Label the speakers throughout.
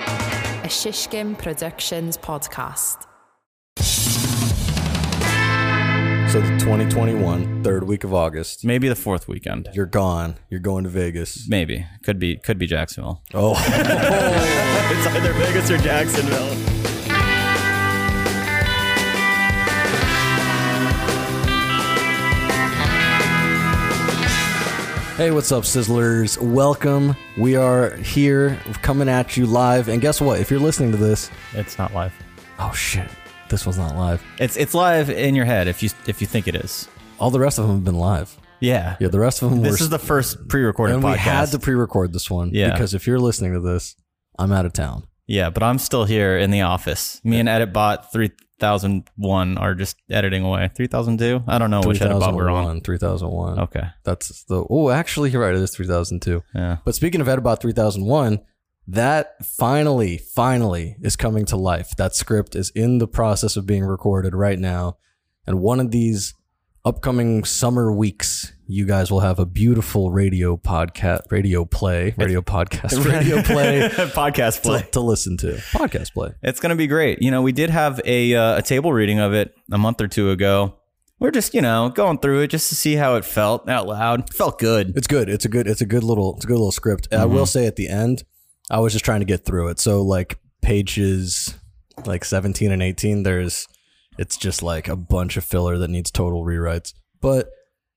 Speaker 1: a Shishkin Productions podcast.
Speaker 2: So the 2021 third week of August,
Speaker 3: Maybe the fourth weekend.
Speaker 2: you're gone. You're going to Vegas.
Speaker 3: Maybe could be could be Jacksonville.
Speaker 2: Oh,
Speaker 3: It's either Vegas or Jacksonville.
Speaker 2: hey, what's up, Sizzlers? Welcome. We are here, coming at you live. And guess what? If you're listening to this,
Speaker 3: It's not live.
Speaker 2: oh shit, this one's not live.
Speaker 3: It's it's live in your head if you if you think it is.
Speaker 2: All the rest of them have been live.
Speaker 3: Yeah.
Speaker 2: Yeah, the rest of them were.
Speaker 3: This is the first pre-recorded
Speaker 2: and
Speaker 3: podcast.
Speaker 2: we had to pre-record this one
Speaker 3: Yeah.
Speaker 2: because if you're listening to this, I'm out of town.
Speaker 3: yeah, but I'm still here in the office. Me and EditBot three thousand one are just editing away. Three thousand two. I don't know which EditBot we're
Speaker 2: 3001,
Speaker 3: on.
Speaker 2: 3001.
Speaker 3: Okay.
Speaker 2: That's the oh, actually, you're right. It is 3002.
Speaker 3: Yeah.
Speaker 2: But speaking of Edibot 3001, that finally, finally is coming to life. That script is in the process of being recorded right now. And one of these upcoming summer weeks, you guys will have a beautiful radio podcast, radio play, radio podcast, radio play
Speaker 3: podcast
Speaker 2: to,
Speaker 3: play.
Speaker 2: to listen to. Podcast play.
Speaker 3: It's going to be great. You know, we did have a uh, a table reading of it a month or two ago. We're just, you know, going through it just to see how it felt out loud. felt good.
Speaker 2: It's good. It's a good. It's a good little. It's a good little script. And I
Speaker 3: Mm-hmm.
Speaker 2: will say at the end, I was just trying to get through it. So like pages like seventeen and eighteen, there's it's just like a bunch of filler that needs total rewrites. But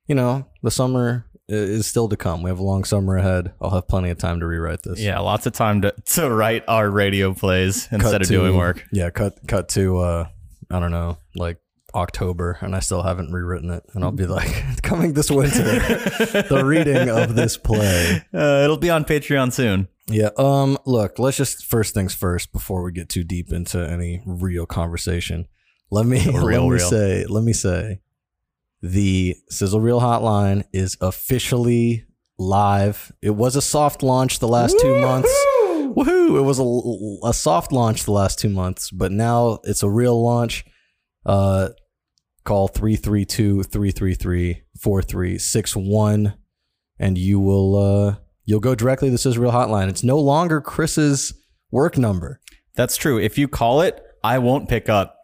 Speaker 2: you know, the summer i- is still to come. We have a long summer ahead. I'll have plenty of time to rewrite this.
Speaker 3: Yeah, lots of time to, to write our radio plays
Speaker 2: Cut
Speaker 3: instead of
Speaker 2: to-
Speaker 3: doing work.
Speaker 2: Yeah. Cut. Cut to. uh I don't know. Like. October, and I still haven't rewritten it, and I'll be like, "It's coming this winter, the reading of this play.
Speaker 3: Uh, it'll be on Patreon soon.
Speaker 2: Yeah. Um. Look, let's just first things first before we get too deep into any real conversation. Let me
Speaker 3: Real,
Speaker 2: let me
Speaker 3: real.
Speaker 2: say let me say the sizzle reel hotline is officially live. It was a soft launch the last two months. Woohoo! It was a, a soft launch the last two months, but now it's a real launch. Uh, call 332-333-4361 and you will uh you'll go directly to the Sizzle Reel hotline. It's no longer Chris's work number.
Speaker 3: That's true. If you call it, I won't pick up.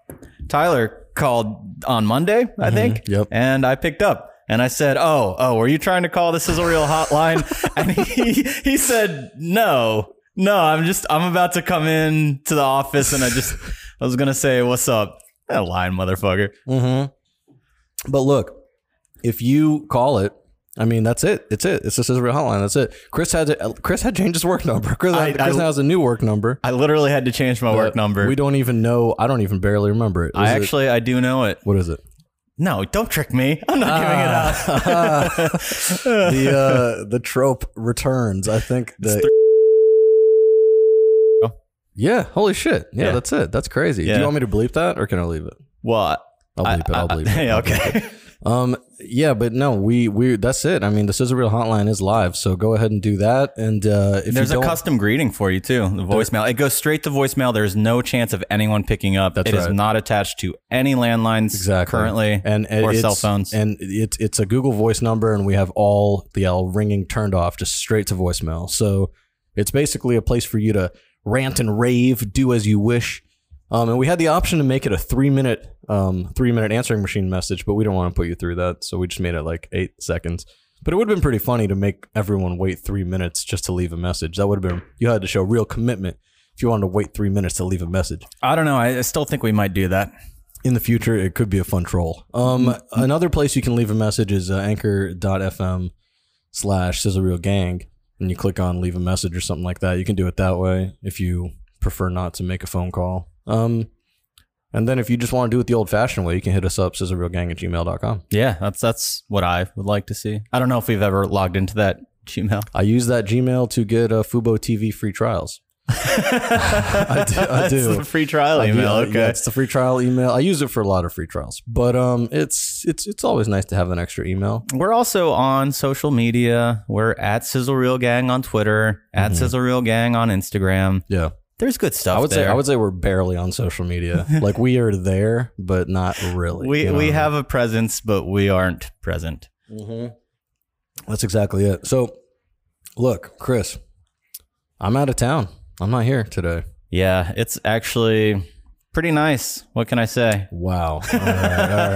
Speaker 3: Tyler called on Monday, I think.
Speaker 2: Mm-hmm. Yep.
Speaker 3: And I picked up. And I said, "Oh, oh, were you trying to call the Sizzle Reel hotline?" and he he said, "No, no, I'm just I'm about to come in to the office, and I just I was gonna say, what's up?' That lying motherfucker.
Speaker 2: Mm-hmm. But look, if you call it, I mean that's it. It's it. It's the Sizzle Reel hotline. That's it. Chris had to, Chris had changed his work number. Chris,
Speaker 3: I-
Speaker 2: had- Chris
Speaker 3: I-
Speaker 2: now has a new work number.
Speaker 3: I literally had to change my work
Speaker 2: But
Speaker 3: number.
Speaker 2: We don't even know. I don't even barely remember it.
Speaker 3: I
Speaker 2: Is it-
Speaker 3: actually I do know it.
Speaker 2: what is it?
Speaker 3: No, don't trick me. I'm not giving it up.
Speaker 2: Ah. the uh, the trope returns. I think the. yeah, holy shit. Yeah,
Speaker 3: Yeah.
Speaker 2: that's it. That's crazy. Do
Speaker 3: Yeah.
Speaker 2: you want me to bleep that or can I leave it?
Speaker 3: What?
Speaker 2: I'll
Speaker 3: I-
Speaker 2: bleep it. I'll
Speaker 3: I-
Speaker 2: bleep it.
Speaker 3: Yeah, okay.
Speaker 2: Um yeah, but no, we we that's it. I mean, the Scissor Reel hotline is live, so go ahead and do that and uh if
Speaker 3: There's
Speaker 2: you
Speaker 3: a
Speaker 2: don't
Speaker 3: custom greeting for you too. The voicemail. It goes straight to voicemail. There's no chance of anyone picking up. It
Speaker 2: That's
Speaker 3: is
Speaker 2: right.
Speaker 3: not attached to any landlines
Speaker 2: Exactly.
Speaker 3: currently
Speaker 2: and it-
Speaker 3: or
Speaker 2: it's-
Speaker 3: cell phones.
Speaker 2: and it's it's a Google Voice number, and we have all the all ringing turned off, just straight to voicemail. So it's basically a place for you to rant and rave, do as you wish. Um, and we had the option to make it a three minute um, three minute answering machine message, but we don't want to put you through that, so we just made it like eight seconds. But it would have been pretty funny to make everyone wait three minutes just to leave a message. That would have been you had to show real commitment if you wanted to wait three minutes to leave a message
Speaker 3: I don't know. I, I still think we might do that.
Speaker 2: in the future, it could be a fun troll.
Speaker 3: Mm-hmm.
Speaker 2: Um, Another place you can leave a message is uh, anchor.fm slash Scissor Gang, and you click on leave a message or something like that. You can do it that way if you prefer not to make a phone call. Um, and then if you just want to do it the old fashioned way, you can hit us up, scissorrealgang at gmail.com.
Speaker 3: Yeah, that's that's what I would like to see. I don't know if we've ever logged into that Gmail.
Speaker 2: I use that Gmail to get uh, Fubo TV free trials. I do. I
Speaker 3: That's
Speaker 2: do.
Speaker 3: the free trial
Speaker 2: I do-
Speaker 3: email.
Speaker 2: uh,
Speaker 3: okay.
Speaker 2: yeah, it's the free trial email. I use it for a lot of free trials, but um, it's it's it's always nice to have an extra email.
Speaker 3: We're also on social media. We're at Sizzle Reel Gang on Twitter, at Sizzle Reel Gang on Instagram.
Speaker 2: Yeah.
Speaker 3: There's good stuff.
Speaker 2: I would
Speaker 3: there.
Speaker 2: say I would say we're barely on social media. like we are there, but not really.
Speaker 3: We
Speaker 2: you know?
Speaker 3: we have a presence, but we aren't present.
Speaker 2: That's exactly it. So, look, Chris, I'm out of town. I'm not here today.
Speaker 3: Yeah, it's actually pretty nice. What can I say?
Speaker 2: Wow. All right. All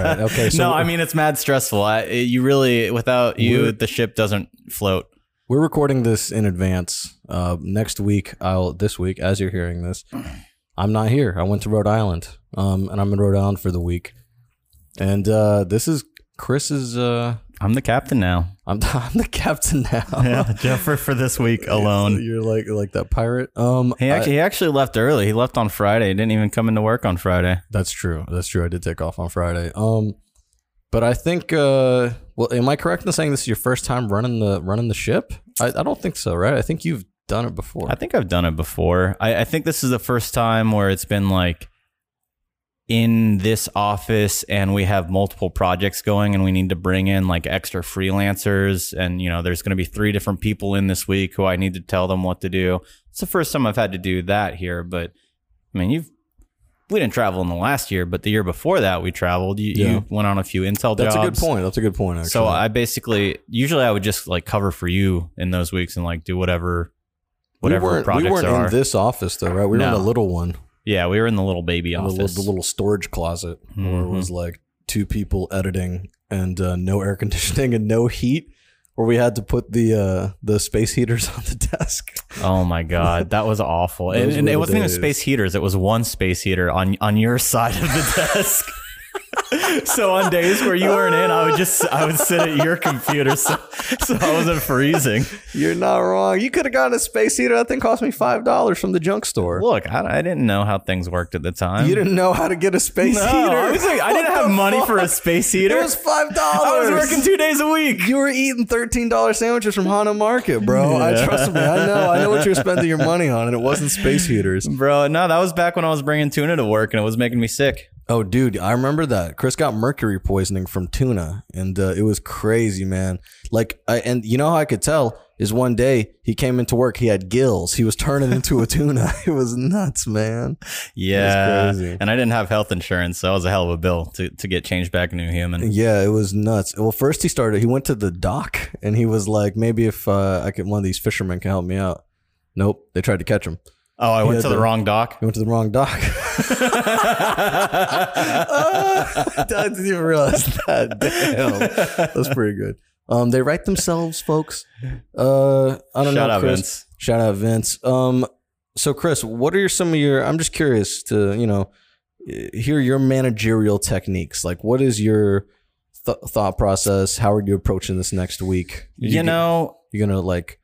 Speaker 2: right. Okay. So
Speaker 3: no, I mean it's mad stressful. I, it- you really, without you,
Speaker 2: We're-
Speaker 3: the ship doesn't float.
Speaker 2: we're recording this in advance. Uh, next week, I'll this week as you're hearing this, I'm not here. I went to Rhode Island, um, and I'm in Rhode Island for the week. And uh, this is Chris's. Uh,
Speaker 3: I'm the captain now.
Speaker 2: I'm, I'm the captain now.
Speaker 3: Yeah, Jeffrey for this week alone.
Speaker 2: You're like like that pirate. Um,
Speaker 3: He
Speaker 2: I-
Speaker 3: actually he actually left early. He left on Friday. He didn't even come into work on Friday.
Speaker 2: That's true. That's true. I did take off on Friday. Um, but I think. Uh, well, am I correct in saying this is your first time running the running the ship? I, I don't think so, right? I think you've done it before.
Speaker 3: I think I've done it before. I, I think this is the first time where it's been like in this office and we have multiple projects going and we need to bring in like extra freelancers and you know there's going to be three different people in this week who I need to tell them what to do. It's the first time I've had to do that here, but I mean you've we didn't travel in the last year, but the year before that we traveled. You,
Speaker 2: Yeah.
Speaker 3: you went on a few intel
Speaker 2: That's a
Speaker 3: jobs.
Speaker 2: good point. That's a good point. Actually.
Speaker 3: So I basically usually I would just like cover for you in those weeks and like do whatever whatever
Speaker 2: we weren't,
Speaker 3: projects
Speaker 2: we weren't
Speaker 3: there are.
Speaker 2: in this office though, right? We were in
Speaker 3: No.
Speaker 2: a little one,
Speaker 3: yeah, we were in the little baby
Speaker 2: in the,
Speaker 3: office. Mm-hmm.
Speaker 2: little- the little storage closet, where it was like two people editing and uh, no air conditioning and no heat. Where we had to put the uh, the space heaters on the desk.
Speaker 3: oh my god, that was awful. and
Speaker 2: Those
Speaker 3: and
Speaker 2: were
Speaker 3: it
Speaker 2: the
Speaker 3: wasn't even
Speaker 2: days.
Speaker 3: space heaters; it was one space heater on on your side of the desk. so on days where you weren't in, I would just I would sit at your computer, so so I wasn't freezing.
Speaker 2: You're not wrong. You could have gotten a space heater. That thing cost me five dollars from the junk store.
Speaker 3: Look, I, I didn't know how things worked at the time.
Speaker 2: You didn't know how to get a space
Speaker 3: No,
Speaker 2: heater.
Speaker 3: I, was like, I didn't
Speaker 2: What
Speaker 3: have
Speaker 2: the
Speaker 3: money
Speaker 2: fuck?
Speaker 3: for a space heater.
Speaker 2: It was five
Speaker 3: I
Speaker 2: dollars.
Speaker 3: was working two days a week.
Speaker 2: You were eating thirteen dollar sandwiches from Hana Market, bro. I trust me. I know. I know what you're spending your money on, and it wasn't space heaters.
Speaker 3: Bro, no, that was back when I was bringing tuna to work and it was making me sick.
Speaker 2: Oh, dude, I remember that. Chris got mercury poisoning from tuna, and uh, it was crazy, man. Like, I, and you know how I could tell is one day he came into work, he had gills. He was turning into a tuna. It was nuts, man.
Speaker 3: Yeah.
Speaker 2: crazy.
Speaker 3: And I didn't have health insurance, so that was a hell of a bill to, to get changed back into a human.
Speaker 2: Yeah, it was nuts. Well, first he started. He went to the dock and he was like, maybe if uh, I could, one of these fishermen can help me out. Nope, they tried to catch him.
Speaker 3: Oh, I went
Speaker 2: Yeah,
Speaker 3: to the,
Speaker 2: the-
Speaker 3: wrong dock.
Speaker 2: He went to the wrong dock. Ah, I didn't even realize that. Damn, that's pretty good. Um, they write themselves, folks. Uh, I don't
Speaker 3: Shout
Speaker 2: know.
Speaker 3: out,
Speaker 2: Chris.
Speaker 3: Vince.
Speaker 2: Shout out, Vince. Um, so Chris, what are your, some of your? I'm just curious to you know eh, hear your managerial techniques. Like, what is your th- thought process? How are you approaching this next week?
Speaker 3: You know,
Speaker 2: you're gonna like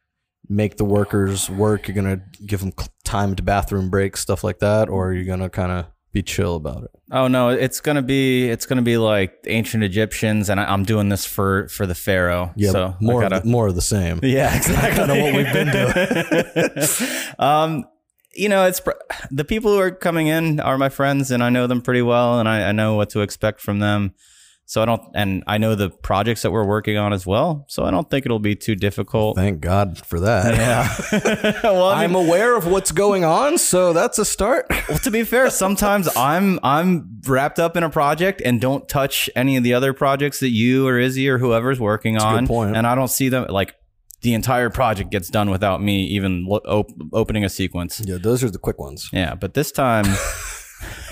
Speaker 2: make the workers work. You're gonna give them cl- timed bathroom breaks, stuff like that, or you're gonna kind of be chill about it.
Speaker 3: oh no, it's gonna be it's gonna be like ancient Egyptians, and I, I'm doing this for for the Pharaoh.
Speaker 2: Yeah,
Speaker 3: so I
Speaker 2: more
Speaker 3: gotta-
Speaker 2: of the, more of the same.
Speaker 3: Yeah, exactly.
Speaker 2: kinda what we've been
Speaker 3: doing. um, you know, it's pr- the people who are coming in are my friends, and I know them pretty well, and I, I know what to expect from them. So I don't, and I know the projects that we're working on as well. So I don't think it'll be too difficult.
Speaker 2: Thank God for that.
Speaker 3: yeah. well, I mean,
Speaker 2: I'm aware of what's going on, so that's a start.
Speaker 3: well, to be fair, sometimes I'm I'm wrapped up in a project and don't touch any of the other projects that you or Izzy or whoever's working
Speaker 2: a good
Speaker 3: on,
Speaker 2: point.
Speaker 3: and I don't see them like the entire project gets done without me even lo- op- opening a sequence.
Speaker 2: Yeah, those are the quick ones.
Speaker 3: Yeah, but this time,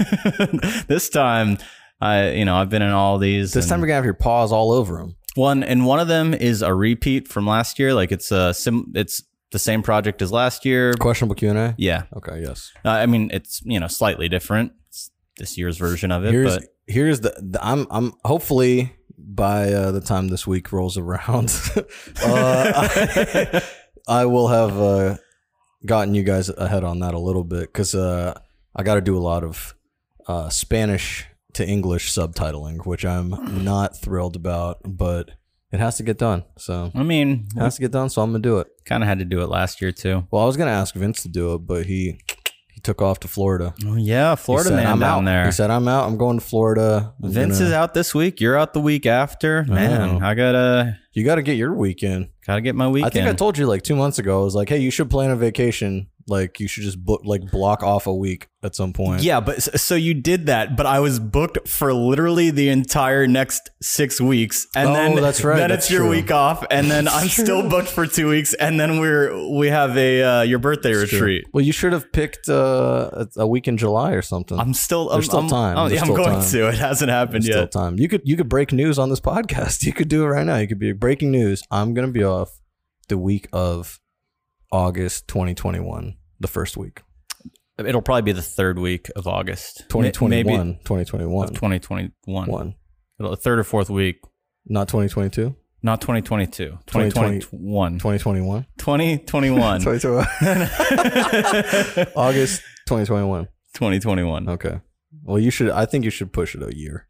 Speaker 3: this time, I you know I've been in all these.
Speaker 2: This
Speaker 3: and
Speaker 2: time you're gonna have your paws all over them.
Speaker 3: one and one of them is a repeat from last year. Like it's a sim, it's the same project as last year.
Speaker 2: Questionable Q and A.
Speaker 3: Yeah,
Speaker 2: Okay, yes.
Speaker 3: Uh, I mean it's you know slightly different. It's this year's version of it,
Speaker 2: Here's
Speaker 3: but
Speaker 2: here's the, the I'm I'm hopefully by uh, the time this week rolls around, uh, I, I will have uh, gotten you guys ahead on that a little bit because uh, I got to do a lot of uh, Spanish to English subtitling, which I'm not thrilled about, but it has to get done. So
Speaker 3: I mean,
Speaker 2: it has to get done. So I'm gonna do it.
Speaker 3: kind of had to do it last year too.
Speaker 2: Well, I was gonna ask Vince to do it, but he he took off to Florida. He
Speaker 3: Oh yeah, Florida
Speaker 2: said,
Speaker 3: man
Speaker 2: I'm
Speaker 3: down
Speaker 2: out.
Speaker 3: there.
Speaker 2: He said, "I'm out. I'm going to Florida." I'm
Speaker 3: Vince
Speaker 2: gonna-
Speaker 3: is out this week. You're out the week after. Man,
Speaker 2: Oh.
Speaker 3: I gotta
Speaker 2: You got to get your weekend.
Speaker 3: gotta get my
Speaker 2: I
Speaker 3: weekend.
Speaker 2: think I told you like two months ago. I was like, "Hey, you should plan a vacation Like you should just book like block off a week at some point.
Speaker 3: Yeah, but s- so you did that, but I was booked for literally the entire next six weeks, and
Speaker 2: Oh,
Speaker 3: then
Speaker 2: that's right,
Speaker 3: Then
Speaker 2: that's
Speaker 3: it's your
Speaker 2: true.
Speaker 3: week off, and then I'm still booked for two weeks, and then we're we have a uh, your birthday
Speaker 2: That's true.
Speaker 3: retreat.
Speaker 2: Well, you should have picked uh, a a week in July or something.
Speaker 3: I'm still I'm,
Speaker 2: There's still
Speaker 3: I'm-
Speaker 2: time.
Speaker 3: I'm,
Speaker 2: There's
Speaker 3: I'm
Speaker 2: still
Speaker 3: going
Speaker 2: time.
Speaker 3: to. It hasn't happened
Speaker 2: There's still
Speaker 3: yet.
Speaker 2: time. You could you could break news on this podcast. You could do it right now. You could be breaking news. I'm gonna be off the week of August 2021, the first week.
Speaker 3: It'll probably be the third week of August,
Speaker 2: 2021, 2021,
Speaker 3: 2021,
Speaker 2: one,
Speaker 3: the third or fourth week,
Speaker 2: not 2022,
Speaker 3: not 2022,
Speaker 2: 2020.
Speaker 3: 2021,
Speaker 2: 2021,
Speaker 3: 2021,
Speaker 2: 2021. August 2021.
Speaker 3: 2021.
Speaker 2: Okay. Well, you should. I think you should push it a year.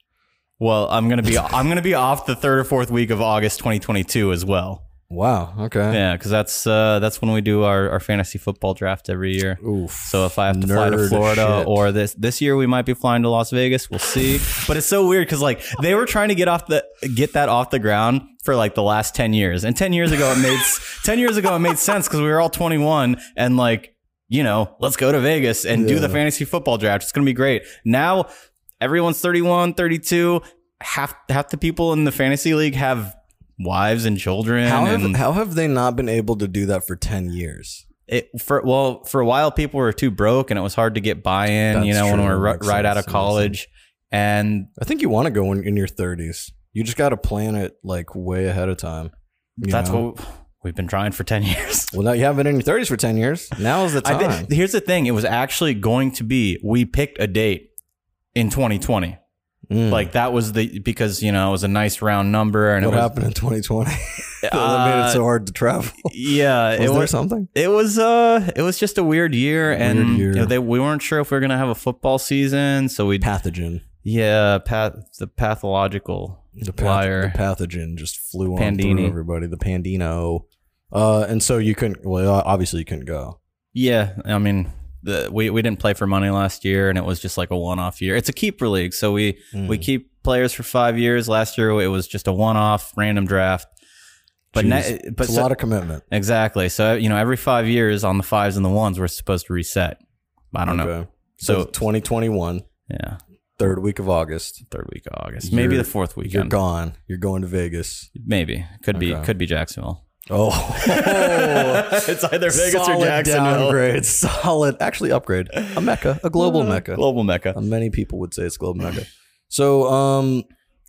Speaker 3: Well, I'm gonna be I'm gonna be off the third or fourth week of August 2022 as well.
Speaker 2: Wow. Okay.
Speaker 3: Yeah, because that's uh, that's when we do our, our fantasy football draft every year.
Speaker 2: Oof.
Speaker 3: So if I have to fly to
Speaker 2: Nerd
Speaker 3: Florida
Speaker 2: shit.
Speaker 3: or this this year we might be flying to Las Vegas, we'll see. but it's so weird because like they were trying to get off the get that off the ground for like the last ten years, and ten years ago it made s- ten years ago it made sense because we were all twenty one and like you know let's go to Vegas and do the
Speaker 2: Yeah.
Speaker 3: fantasy football draft. It's gonna be great. Now everyone's 31, 32. Half half the people in the fantasy league have wives and children.
Speaker 2: how have,
Speaker 3: and-
Speaker 2: how have they not been able to do that for 10 years?
Speaker 3: it for well for a while people were too broke and it was hard to get buy-in you
Speaker 2: That's
Speaker 3: know when
Speaker 2: true.
Speaker 3: we were r-
Speaker 2: Makes
Speaker 3: right out
Speaker 2: sense.
Speaker 3: of
Speaker 2: Makes
Speaker 3: college and
Speaker 2: I think you want to go in, in your 30s. You just got to plan it like way ahead of time. you
Speaker 3: that's
Speaker 2: know?
Speaker 3: what we've been trying for 10 years
Speaker 2: Well, now you haven't been in your 30s for 10 years. Now is the
Speaker 3: I
Speaker 2: time.
Speaker 3: thi- here's the thing it was actually going to be we picked a date in 2020
Speaker 2: Mm.
Speaker 3: like that was the because you know it was a nice round number and
Speaker 2: what
Speaker 3: it was
Speaker 2: happened in 2020? that made
Speaker 3: Uh,
Speaker 2: it so hard to travel.
Speaker 3: yeah
Speaker 2: Was
Speaker 3: it
Speaker 2: there
Speaker 3: was
Speaker 2: something?
Speaker 3: it was uh it was just a weird year and
Speaker 2: Weird year.
Speaker 3: You know, they, we weren't sure if we were gonna have a football season so we
Speaker 2: Pathogen.
Speaker 3: yeah path the pathological
Speaker 2: The, path-
Speaker 3: liar
Speaker 2: the pathogen just flew on through
Speaker 3: Pandini.
Speaker 2: everybody. The Pandino. Uh, and so you couldn't, well, obviously you couldn't go.
Speaker 3: Yeah, I mean, the, we we didn't play for money last year, and it was just like a one-off year. It's a keeper league, so we we
Speaker 2: Hmm.
Speaker 3: keep players for five years. Last year, it was just a one-off random draft. But na-
Speaker 2: Jeez.
Speaker 3: but
Speaker 2: it's a
Speaker 3: so-
Speaker 2: lot of commitment.
Speaker 3: exactly. So you know, every five years on the fives and the ones, we're supposed to reset. I don't know.
Speaker 2: Okay. So,
Speaker 3: So-
Speaker 2: 2021,
Speaker 3: Yeah,
Speaker 2: third week of August,
Speaker 3: third week of August,
Speaker 2: You're-
Speaker 3: maybe the fourth
Speaker 2: you're
Speaker 3: weekend.
Speaker 2: gone. You're going to Vegas.
Speaker 3: Maybe could
Speaker 2: Okay.
Speaker 3: be could be Jacksonville.
Speaker 2: Oh,
Speaker 3: it's either
Speaker 2: solid downgrade. Solid, actually upgrade. A mecca, a global mecca.
Speaker 3: Global mecca.
Speaker 2: Uh, Many people would say it's global mecca. So, um,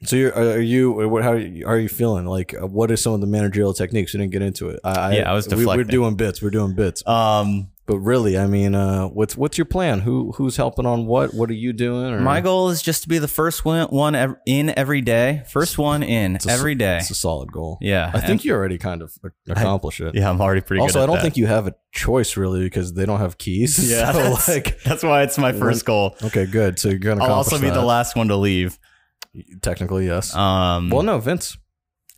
Speaker 2: so you're are are you or what? How are you, are you feeling? Like, uh, what are some of the managerial techniques? We didn't get into it. I,
Speaker 3: Yeah, I was
Speaker 2: we, We're
Speaker 3: deflecting.
Speaker 2: doing bits. We're doing bits.
Speaker 3: Um,
Speaker 2: But really, I mean, uh, what's what's your plan? Who who's helping on what? What are you doing? Or,
Speaker 3: My goal is just to be the first one, one ev- in every day. First one in
Speaker 2: a s-
Speaker 3: every day.
Speaker 2: it's a solid goal.
Speaker 3: Yeah.
Speaker 2: I think
Speaker 3: and-
Speaker 2: you already kind of a- accomplish it.
Speaker 3: Yeah, I'm already pretty good.
Speaker 2: Also,
Speaker 3: at
Speaker 2: I don't
Speaker 3: that.
Speaker 2: think you have a choice really because they don't have keys.
Speaker 3: Yeah. that's,
Speaker 2: so, like
Speaker 3: that's why it's my first goal.
Speaker 2: Okay, good. So you're gonna.
Speaker 3: I'll also be
Speaker 2: accomplish
Speaker 3: the
Speaker 2: that.
Speaker 3: last one to leave.
Speaker 2: Technically, yes.
Speaker 3: Um,
Speaker 2: well, no, Vince.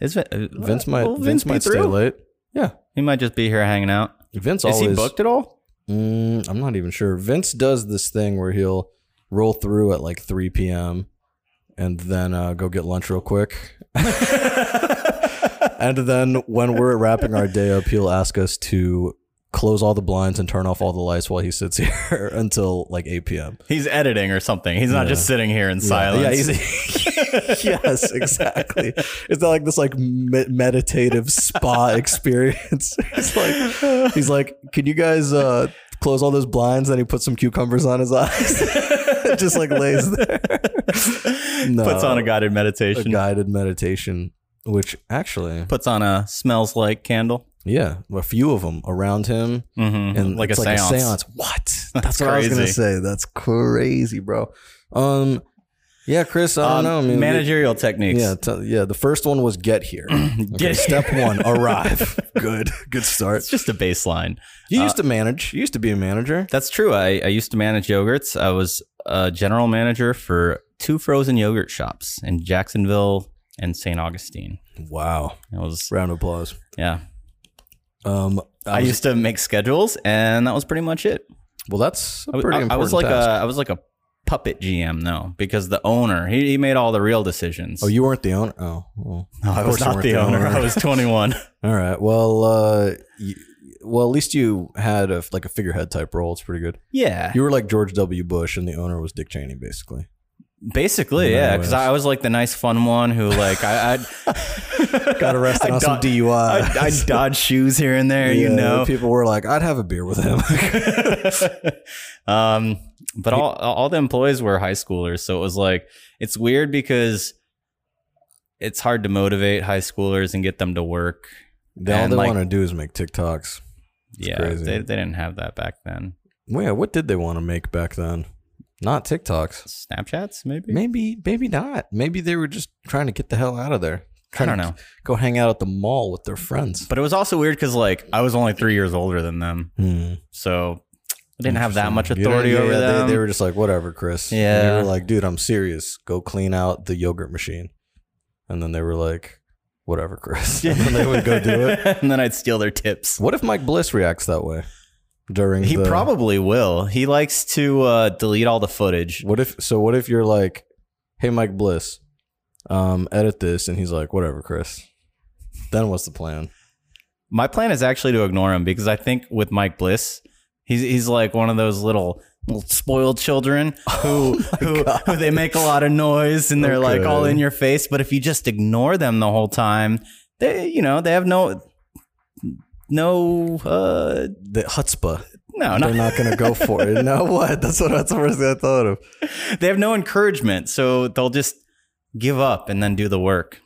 Speaker 3: is Vin- uh,
Speaker 2: Vince might.
Speaker 3: will
Speaker 2: Vince
Speaker 3: be
Speaker 2: might stay
Speaker 3: through?
Speaker 2: late. Yeah,
Speaker 3: He might just be here hanging out.
Speaker 2: Vince
Speaker 3: Is
Speaker 2: always.
Speaker 3: he booked at all?
Speaker 2: Mm, I'm not even sure. Vince does this thing where he'll roll through at like 3 p.m. and then uh, go get lunch real quick. and then when we're wrapping our day up, he'll ask us to close all the blinds and turn off all the lights while he sits here until like 8 p.m.
Speaker 3: He's editing or something. He's not
Speaker 2: Yeah.
Speaker 3: just sitting here in
Speaker 2: Yeah,
Speaker 3: silence.
Speaker 2: Yeah, he's- yes, exactly. It's not like this like me- meditative spa experience. It's like he's like, can you guys uh, close all those blinds? Then he puts some cucumbers on his eyes, just like lays there.
Speaker 3: Puts on
Speaker 2: No,
Speaker 3: a guided
Speaker 2: a
Speaker 3: meditation.
Speaker 2: guided meditation, which actually,
Speaker 3: Puts on a smells like candle.
Speaker 2: yeah, a few of them around him,
Speaker 3: Mm-hmm.
Speaker 2: and
Speaker 3: like,
Speaker 2: it's
Speaker 3: a,
Speaker 2: like
Speaker 3: seance.
Speaker 2: a seance. What?
Speaker 3: That's
Speaker 2: what I was gonna
Speaker 3: crazy.
Speaker 2: say. That's crazy, bro. Um, yeah, Chris, I don't
Speaker 3: Um,
Speaker 2: know. I mean, we-
Speaker 3: managerial techniques.
Speaker 2: Yeah, t- yeah. The first one was get here. Okay,
Speaker 3: Get
Speaker 2: step one, arrive. Good, good start.
Speaker 3: It's just uh, a baseline.
Speaker 2: You used to manage. You used to be a manager.
Speaker 3: That's true. I, I used to manage yogurts. I was a general manager for two frozen yogurt shops in Jacksonville and St. Augustine.
Speaker 2: Wow.
Speaker 3: It was,
Speaker 2: Round of applause.
Speaker 3: yeah.
Speaker 2: Um,
Speaker 3: I, used to make schedules, and that was pretty much it.
Speaker 2: Well, that's a
Speaker 3: I,
Speaker 2: pretty important.
Speaker 3: I- I was like
Speaker 2: task.
Speaker 3: a I was like a puppet GM though, because the owner he, he made all the real decisions.
Speaker 2: Oh, you weren't the owner. Oh, well,
Speaker 3: no, I
Speaker 2: of
Speaker 3: was
Speaker 2: course you
Speaker 3: not
Speaker 2: weren't
Speaker 3: the owner. I was 21.
Speaker 2: All right. Well, uh, you, well, at least you had a like a figurehead type role. It's pretty good.
Speaker 3: Yeah.
Speaker 2: You were like George W. Bush, and the owner was Dick Cheney, basically.
Speaker 3: Basically,
Speaker 2: No,
Speaker 3: yeah,
Speaker 2: it
Speaker 3: because
Speaker 2: was-
Speaker 3: I was like the nice fun one who like I I
Speaker 2: Got arrested on some DUI.
Speaker 3: I, I dodge shoes here and there, you
Speaker 2: Uh, Yeah,
Speaker 3: know.
Speaker 2: people were like, "I'd have a beer with him."
Speaker 3: um, but all all the employees were high schoolers, so it was like it's weird because it's hard to motivate high schoolers and get them to work.
Speaker 2: They- all
Speaker 3: And,
Speaker 2: they
Speaker 3: like-
Speaker 2: want to do is make TikToks.
Speaker 3: yeah,
Speaker 2: crazy.
Speaker 3: they they didn't have that back then.
Speaker 2: Well, yeah, what did they want to make back then? Not TikToks.
Speaker 3: Snapchats, maybe.
Speaker 2: Maybe, maybe not. Maybe they were just trying to get the hell out of there.
Speaker 3: I
Speaker 2: Trying
Speaker 3: don't
Speaker 2: to
Speaker 3: know.
Speaker 2: Go hang out at the mall with their friends.
Speaker 3: But it was also weird because like I was only three years older than them,
Speaker 2: Hmm.
Speaker 3: so I didn't have that much
Speaker 2: You know,
Speaker 3: authority
Speaker 2: yeah,
Speaker 3: over
Speaker 2: they-
Speaker 3: them.
Speaker 2: They, were just like, whatever, Chris. And
Speaker 3: Yeah.
Speaker 2: They were like, dude, I'm serious. Go clean out the yogurt machine. And then they were like, whatever, Chris. And then they would go do it.
Speaker 3: and then I'd steal their tips.
Speaker 2: What if Mike Bliss reacts that way during
Speaker 3: He
Speaker 2: the-
Speaker 3: probably will. He likes to uh, delete all the footage.
Speaker 2: What if, so what if you're like, hey, Mike Bliss, um, edit this. And he's like, whatever, Chris. Then what's the plan?
Speaker 3: My plan is actually to ignore him because I think with Mike Bliss, he's he's like one of those little, little spoiled children
Speaker 2: Oh
Speaker 3: who who, who they make a lot of noise and they're like all
Speaker 2: Okay.
Speaker 3: in your face. But if you just ignore them the whole time, they you know they have no no uh
Speaker 2: The chutzpah.
Speaker 3: Oh, no
Speaker 2: They're
Speaker 3: no
Speaker 2: not going to go for it. No, what? That's what that's the first thing I thought of.
Speaker 3: they have no encouragement, so they'll just give up and then do the work.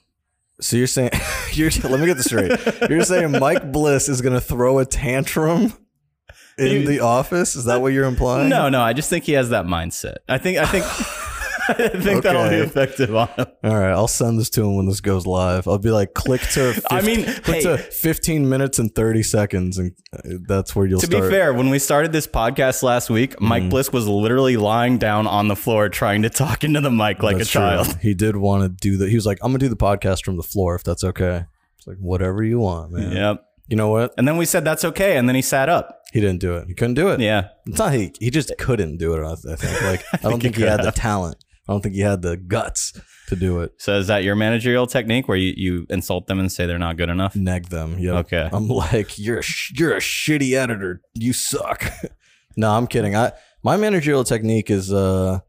Speaker 2: So you're saying, you're let me get this straight. You're saying Mike Bliss is going to throw a tantrum in the office? Is that what you're implying?
Speaker 3: No, no, I just think he has that mindset. I think I think I think that'll be
Speaker 2: Okay.
Speaker 3: effective on him.
Speaker 2: All right, I'll send this to him when this goes live. I'll be like, click to. 15,
Speaker 3: I mean,
Speaker 2: click
Speaker 3: hey.
Speaker 2: to 15 minutes and 30 seconds, and uh, that's where you'll
Speaker 3: To
Speaker 2: start.
Speaker 3: be fair, when we started this podcast last week, Mike Bliss was literally lying down on the floor trying to talk into the mic like
Speaker 2: That's
Speaker 3: a
Speaker 2: true.
Speaker 3: child.
Speaker 2: He did want to do the. He was like, I'm gonna do the podcast from the floor if that's okay. It's like whatever you want, man.
Speaker 3: Yep.
Speaker 2: You know what?
Speaker 3: And then we said that's okay, and then he sat up.
Speaker 2: He didn't do it. He couldn't do it.
Speaker 3: Yeah.
Speaker 2: It's not he. He just couldn't do it. I th- I think. Like I, don't
Speaker 3: he
Speaker 2: think he,
Speaker 3: could
Speaker 2: had the
Speaker 3: have.
Speaker 2: talent. I don't think he had the guts to do it.
Speaker 3: So is that your managerial technique where you, you insult them and say they're not good enough?
Speaker 2: Neg them. Yeah.
Speaker 3: Okay.
Speaker 2: I'm like you're a sh- you're a shitty editor. You suck. no, I'm kidding. I my managerial technique is uh,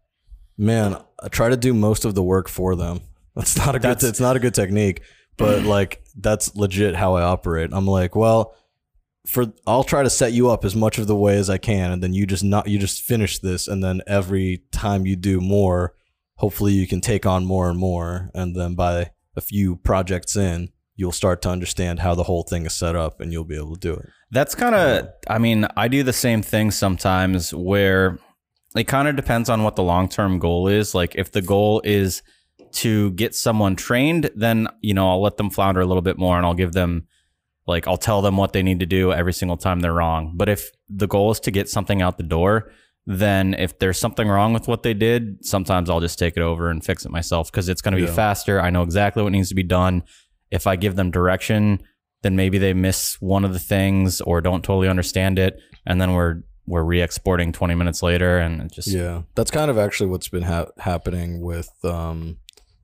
Speaker 2: man, I try to do most of the work for them. That's not a good.
Speaker 3: That's-
Speaker 2: it's not a good technique, but like that's legit how I operate. I'm like, well. For I'll try to set you up as much of the way as I can, and then you just not you just finish this, and then every time you do more, hopefully you can take on more and more and then by a few projects in you'll start to understand how the whole thing is set up and you'll be able to do it
Speaker 3: That's kind of, I mean, I do the same thing sometimes where it kind of depends on what the long term goal is. Like, if the goal is to get someone trained, then, you know, I'll let them flounder a little bit more and I'll give them, like, I'll tell them what they need to do every single time they're wrong. But if the goal is to get something out the door, then if there's something wrong with what they did, sometimes I'll just take it over and fix it myself because it's going to be
Speaker 2: Yeah.
Speaker 3: faster. I know exactly what needs to be done. If I give them direction, then maybe they miss one of the things or don't totally understand it and then we're we're re-exporting 20 minutes later and it just
Speaker 2: yeah that's kind of actually what's been ha- happening with um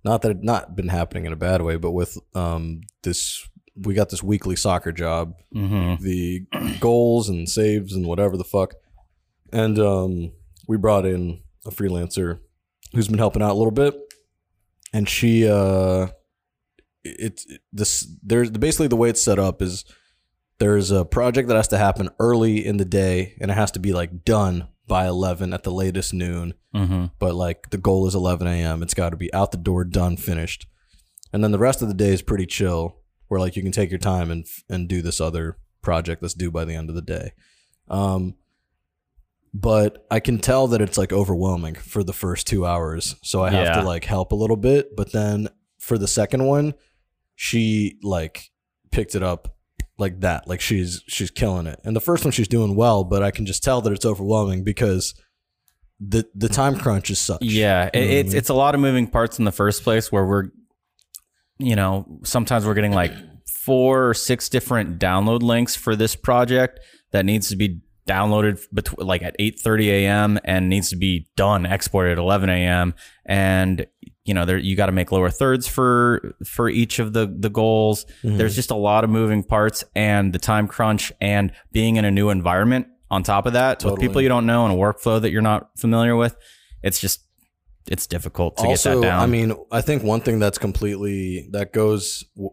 Speaker 2: not that it not been happening in a bad way but with um this we got this weekly soccer job
Speaker 3: hmm
Speaker 2: the goals and saves and whatever the fuck. And um, we brought in a freelancer who's been helping out a little bit, and she uh, it's it, this there's basically the way it's set up is there's a project that has to happen early in the day and it has to be like done by 11 at the latest noon
Speaker 3: hmm
Speaker 2: but like the goal is 11 a.m. It's got to be out the door, done, finished. And then the rest of the day is pretty chill, where like you can take your time and and do this other project that's due by the end of the day. Um, but I can tell that it's like overwhelming for the first two hours, so I have
Speaker 3: Yeah.
Speaker 2: to like help a little bit. But then for the second one, she like picked it up like that like she's she's killing it and the first one she's doing well but i can just tell that it's overwhelming because the the time crunch is such
Speaker 3: yeah it,
Speaker 2: You know what I
Speaker 3: it's
Speaker 2: mean?
Speaker 3: it's a lot of moving parts in the first place where we're you know sometimes we're getting like four or six different download links for this project that needs to be downloaded between like at 8:30 a.m. and needs to be done exported at 11 a.m. and you know, there you got to make lower thirds for for each of the the goals.
Speaker 2: Mm-hmm.
Speaker 3: There's
Speaker 2: Hmm.
Speaker 3: just a lot of moving parts and the time crunch and being in a new environment on top of that with
Speaker 2: Totally.
Speaker 3: people you don't know and a workflow that you're not familiar with. It's just it's difficult to
Speaker 2: also,
Speaker 3: get that down.
Speaker 2: I mean, I think one thing that's completely that goes w-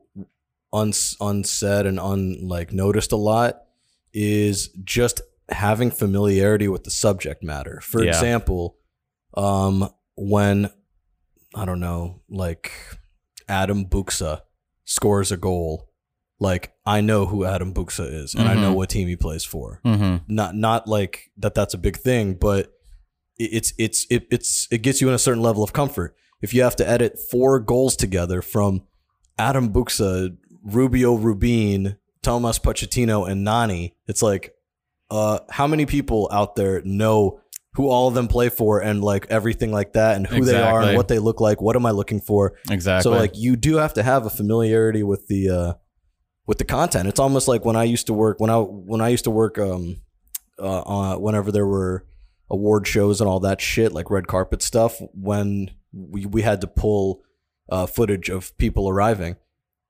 Speaker 2: uns, unsaid and un like noticed a lot is just having familiarity with the subject matter. For
Speaker 3: Yeah.
Speaker 2: example, um, when I don't know, like Adam Buxa scores a goal, like I know who Adam Buxa is and I know
Speaker 3: Mhm.
Speaker 2: what team he plays for
Speaker 3: hmm
Speaker 2: not not like that that's a big thing but it- it's it's it, it's it gets you in a certain level of comfort if you have to edit four goals together from adam buxa rubio rubin tomas Pochettino, and nani it's like uh how many people out there know who all of them play for and like everything like that and who they are
Speaker 3: Exactly.
Speaker 2: and what they look like what am i looking for
Speaker 3: Exactly.
Speaker 2: so like you do have to have a familiarity with the uh, with the content. It's almost like when I used to work when I when I used to work um uh, on whenever there were award shows and all that shit like red carpet stuff when we we had to pull uh, footage of people arriving.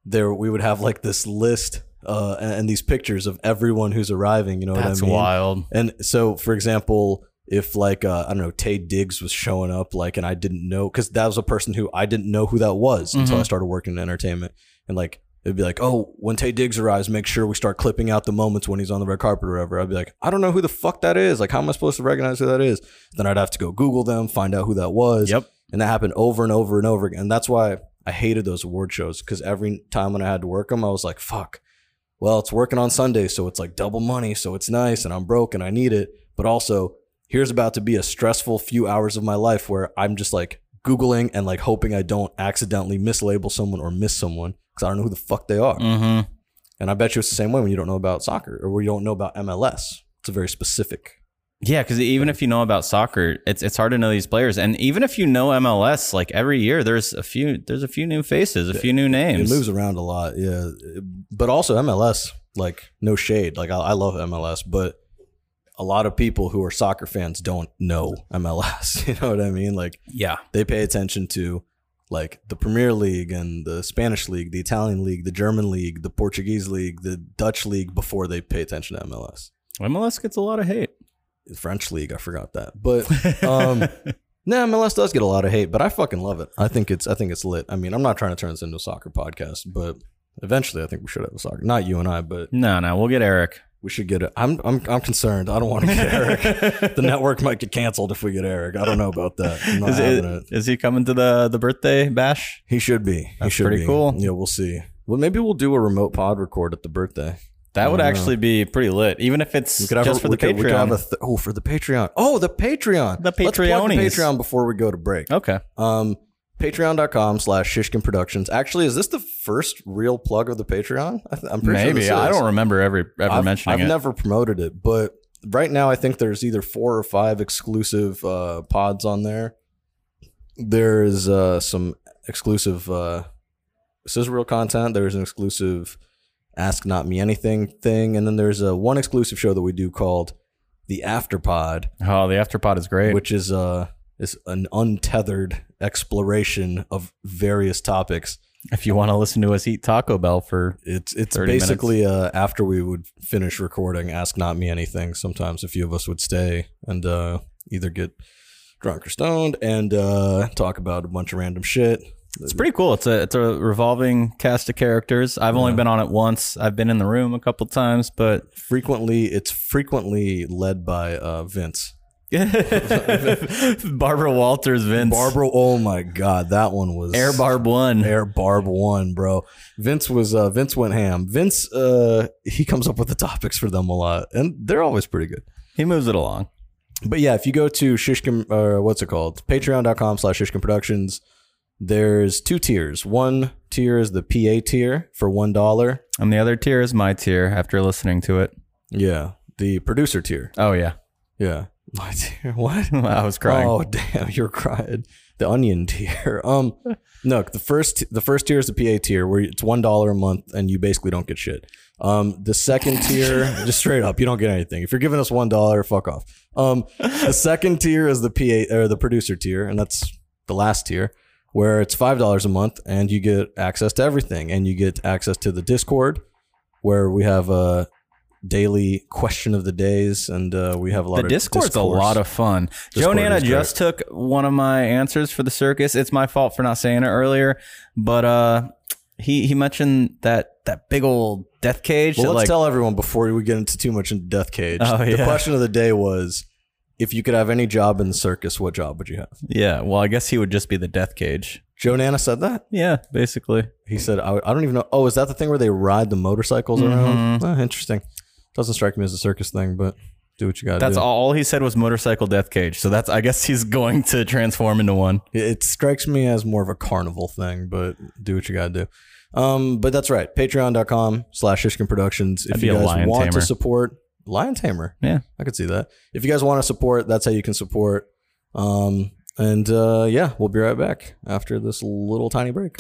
Speaker 2: There we would have like this list uh, and, and these pictures of everyone who's arriving. You know
Speaker 3: that's
Speaker 2: what I mean?
Speaker 3: wild.
Speaker 2: And so, for example, if like uh, I don't know, Tay Diggs was showing up, like, and I didn't know because that was a person who I didn't know who that was until
Speaker 3: Mhm.
Speaker 2: I started working in entertainment, and like it'd be like, oh, when Tay Diggs arrives, make sure we start clipping out the moments when he's on the red carpet or whatever. I'd be like, I don't know who the fuck that is. Like, how am I supposed to recognize who that is? Then I'd have to go Google them, find out who that was.
Speaker 3: Yep.
Speaker 2: And that happened over and over and over again. And that's why I hated those award shows because every time when I had to work them, I was like, fuck, well, it's working on Sunday. So it's like double money. So it's nice and I'm broke and I need it. But also, here's about to be a stressful few hours of my life where I'm just like Googling and like hoping I don't accidentally mislabel someone or miss someone because I don't know who the fuck they are.
Speaker 3: hmm
Speaker 2: And I bet you it's the same way when you don't know about soccer or when you don't know about MLS. It's a very specific.
Speaker 3: Yeah, because even if you know about soccer, it's it's hard to know these players. And even if you know MLS, like every year, there's a few there's a few new faces, a few new names.
Speaker 2: It moves around a lot, yeah. But also MLS, like no shade, like I, I love MLS, but a lot of people who are soccer fans don't know MLS. You know what I mean? Like
Speaker 3: Yeah,
Speaker 2: they pay attention to like the Premier League and the Spanish League, the Italian League, the German League, the Portuguese League, the Dutch League before they pay attention to MLS.
Speaker 3: MLS gets a lot of hate.
Speaker 2: The French League, I forgot that, but. Um, No, MLS does get a lot of hate, but I fucking love it. I think it's I think it's lit. I mean, I'm not trying to turn this into a soccer podcast, but eventually I think we should have a soccer. Not you and I, but
Speaker 3: no, no, we'll get Eric.
Speaker 2: we should get it. I'm I'm I'm concerned. I don't want to get Eric. The network might get canceled if we get Eric. I don't know about that. I'm not
Speaker 3: is,
Speaker 2: having it.
Speaker 3: it- is he coming to the the birthday bash?
Speaker 2: He should be. He
Speaker 3: That's
Speaker 2: should
Speaker 3: pretty
Speaker 2: be.
Speaker 3: cool.
Speaker 2: Yeah, we'll see. Well, maybe we'll do a remote pod record at the birthday.
Speaker 3: That would
Speaker 2: I don't know.
Speaker 3: actually be pretty lit, even if it's
Speaker 2: Uh, We could have
Speaker 3: just
Speaker 2: a,
Speaker 3: for
Speaker 2: we
Speaker 3: the
Speaker 2: could-
Speaker 3: Patreon.
Speaker 2: we could have a th- oh for the Patreon. Oh, the Patreon.
Speaker 3: The
Speaker 2: Let's plug the
Speaker 3: Patreonies.
Speaker 2: Patreon before we go to break.
Speaker 3: okay,
Speaker 2: Um, Patreon.com slash Shishkin Productions. Actually, is this the first real plug of the Patreon? I th- I'm pretty sure
Speaker 3: maybe
Speaker 2: this
Speaker 3: I
Speaker 2: is.
Speaker 3: don't remember every ever
Speaker 2: I've,
Speaker 3: mentioning
Speaker 2: I've
Speaker 3: it.
Speaker 2: never promoted it, but right now I think there's either four or five exclusive uh, pods on there. There's uh, some exclusive uh, Sizzreel content. There's an exclusive Ask Not Me Anything thing, and then there's a one exclusive show that we do called the After Pod,
Speaker 3: oh, the afterpod is great.
Speaker 2: which is uh is an untethered exploration of various topics.
Speaker 3: if you want to listen to us eat Taco Bell for
Speaker 2: It's it's
Speaker 3: 30 minutes.
Speaker 2: basically uh, after we would finish recording, ask not me anything. Sometimes a few of us would stay and uh, either get drunk or stoned and uh, talk about a bunch of random shit.
Speaker 3: It's pretty cool. It's a it's a revolving cast of characters. I've only been on it once. I've been in the room a couple times, but
Speaker 2: Frequently, it's frequently led by uh, Vince.
Speaker 3: Barbara Walters, Vince,
Speaker 2: Barbara, oh my god, that one was
Speaker 3: Air Barb One.
Speaker 2: Air Barb one, bro. Vince was uh, Vince went ham. Vince uh, he comes up with the topics for them a lot, and they're always pretty good.
Speaker 3: He moves it along.
Speaker 2: But yeah, if you go to Shishkin, or what's it called? Patreon.com slash Shishkin Productions. There's two tiers. One tier is the PA tier for one dollar.
Speaker 3: And the other tier is my tier. After listening to it,
Speaker 2: Yeah, the producer tier.
Speaker 3: oh yeah,
Speaker 2: Yeah, my tier. What?
Speaker 3: I was crying.
Speaker 2: Oh damn, you're crying. The onion tier. Um, no, the first the first tier is the PA tier where it's one dollar a month and you basically don't get shit. Um, the second tier, just straight up, you don't get anything. If you're giving us one dollar, fuck off. Um, the second tier is the PA or the producer tier, and that's the last tier. where it's five dollars a month and you get access to everything and you get access to the Discord where we have a daily question of the days and uh, we have a lot
Speaker 3: the
Speaker 2: of
Speaker 3: Discord's
Speaker 2: discourse.
Speaker 3: a lot of fun.
Speaker 2: Discord
Speaker 3: Joe Nana
Speaker 2: is great.
Speaker 3: just took one of my answers for the circus. It's my fault for not saying it earlier, but uh, he he mentioned that that big old death cage.
Speaker 2: Well,
Speaker 3: that,
Speaker 2: let's
Speaker 3: like,
Speaker 2: tell everyone before we get into too much into Death Cage.
Speaker 3: Oh,
Speaker 2: The
Speaker 3: yeah.
Speaker 2: question of the day was if you could have any job in the circus, what job would you have?
Speaker 3: yeah. Well, I guess he would just be the death cage.
Speaker 2: Joe Nana said that.
Speaker 3: Yeah, basically.
Speaker 2: He said, I, I don't even know. Oh, is that the thing where they ride the motorcycles
Speaker 3: Mm-hmm.
Speaker 2: around? Oh, interesting. Doesn't strike me as a circus thing, but do what you got to do.
Speaker 3: That's all, all he said was motorcycle death cage. So that's I guess he's going to transform into one.
Speaker 2: It- It strikes me as more of a carnival thing, but do what you got to do. Um, but that's right. Patreon.com slash Ishkin Productions. If
Speaker 3: I'd be
Speaker 2: you
Speaker 3: a
Speaker 2: guys
Speaker 3: lion
Speaker 2: want to
Speaker 3: tamer.
Speaker 2: support Lion Tamer.
Speaker 3: Yeah.
Speaker 2: I could see that. If you guys want to support, that's how you can support. Um, and uh, yeah, we'll be right back after this little tiny break.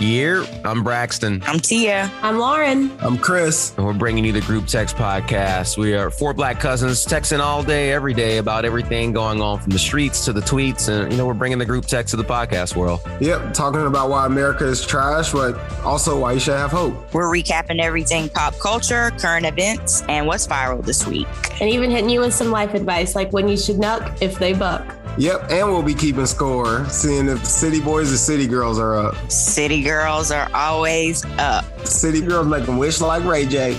Speaker 4: Year, I'm Braxton,
Speaker 5: I'm Tia.
Speaker 6: I'm Lauren.
Speaker 7: I'm Chris.
Speaker 4: and we're bringing you the Group Text Podcast. We are four black cousins texting all day, every day about everything going on from the streets to the tweets. And, you know, we're bringing the group text to the podcast world.
Speaker 7: Yep, talking about why America is trash, but also why you should have hope.
Speaker 5: We're recapping everything pop culture, current events, and what's viral this week.
Speaker 6: And even hitting you with some life advice like when you should nuck if they buck.
Speaker 7: Yep, and we'll be keeping score, seeing if city boys or city girls are up.
Speaker 5: City girls are always up.
Speaker 7: City girls make them wish like Ray J.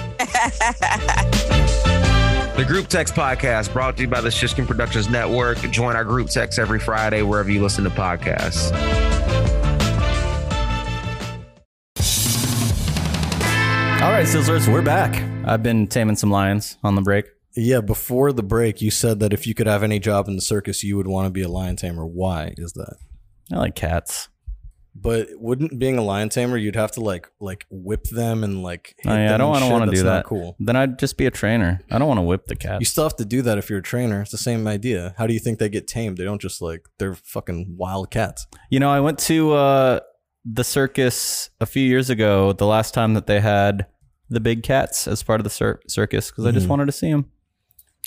Speaker 4: The Group Text Podcast brought to you by the Shishkin Productions Network. Join our group text every Friday, wherever you listen to podcasts.
Speaker 3: All right, Sizzlers, we're back. I've been taming some lions on the break.
Speaker 2: Yeah, before the break, you said that if you could have any job in the circus, you would want to be a lion tamer. Why is that?
Speaker 3: I like cats.
Speaker 2: But wouldn't being a lion tamer, you'd have to like like whip them and like. hit
Speaker 3: Oh, yeah, I
Speaker 2: them
Speaker 3: don't-
Speaker 2: and
Speaker 3: I don't
Speaker 2: shit?
Speaker 3: wanna do
Speaker 2: That's not
Speaker 3: that.
Speaker 2: Cool.
Speaker 3: Then I'd just be a trainer. I don't want to whip the cat.
Speaker 2: You still have to do that if you're a trainer. It's the same idea. How do you think they get tamed? They don't just like they're fucking wild cats.
Speaker 3: You know, I went to uh, the circus a few years ago, the last time that they had the big cats as part of the cir- circus, because I just
Speaker 2: Mhm.
Speaker 3: wanted to see them.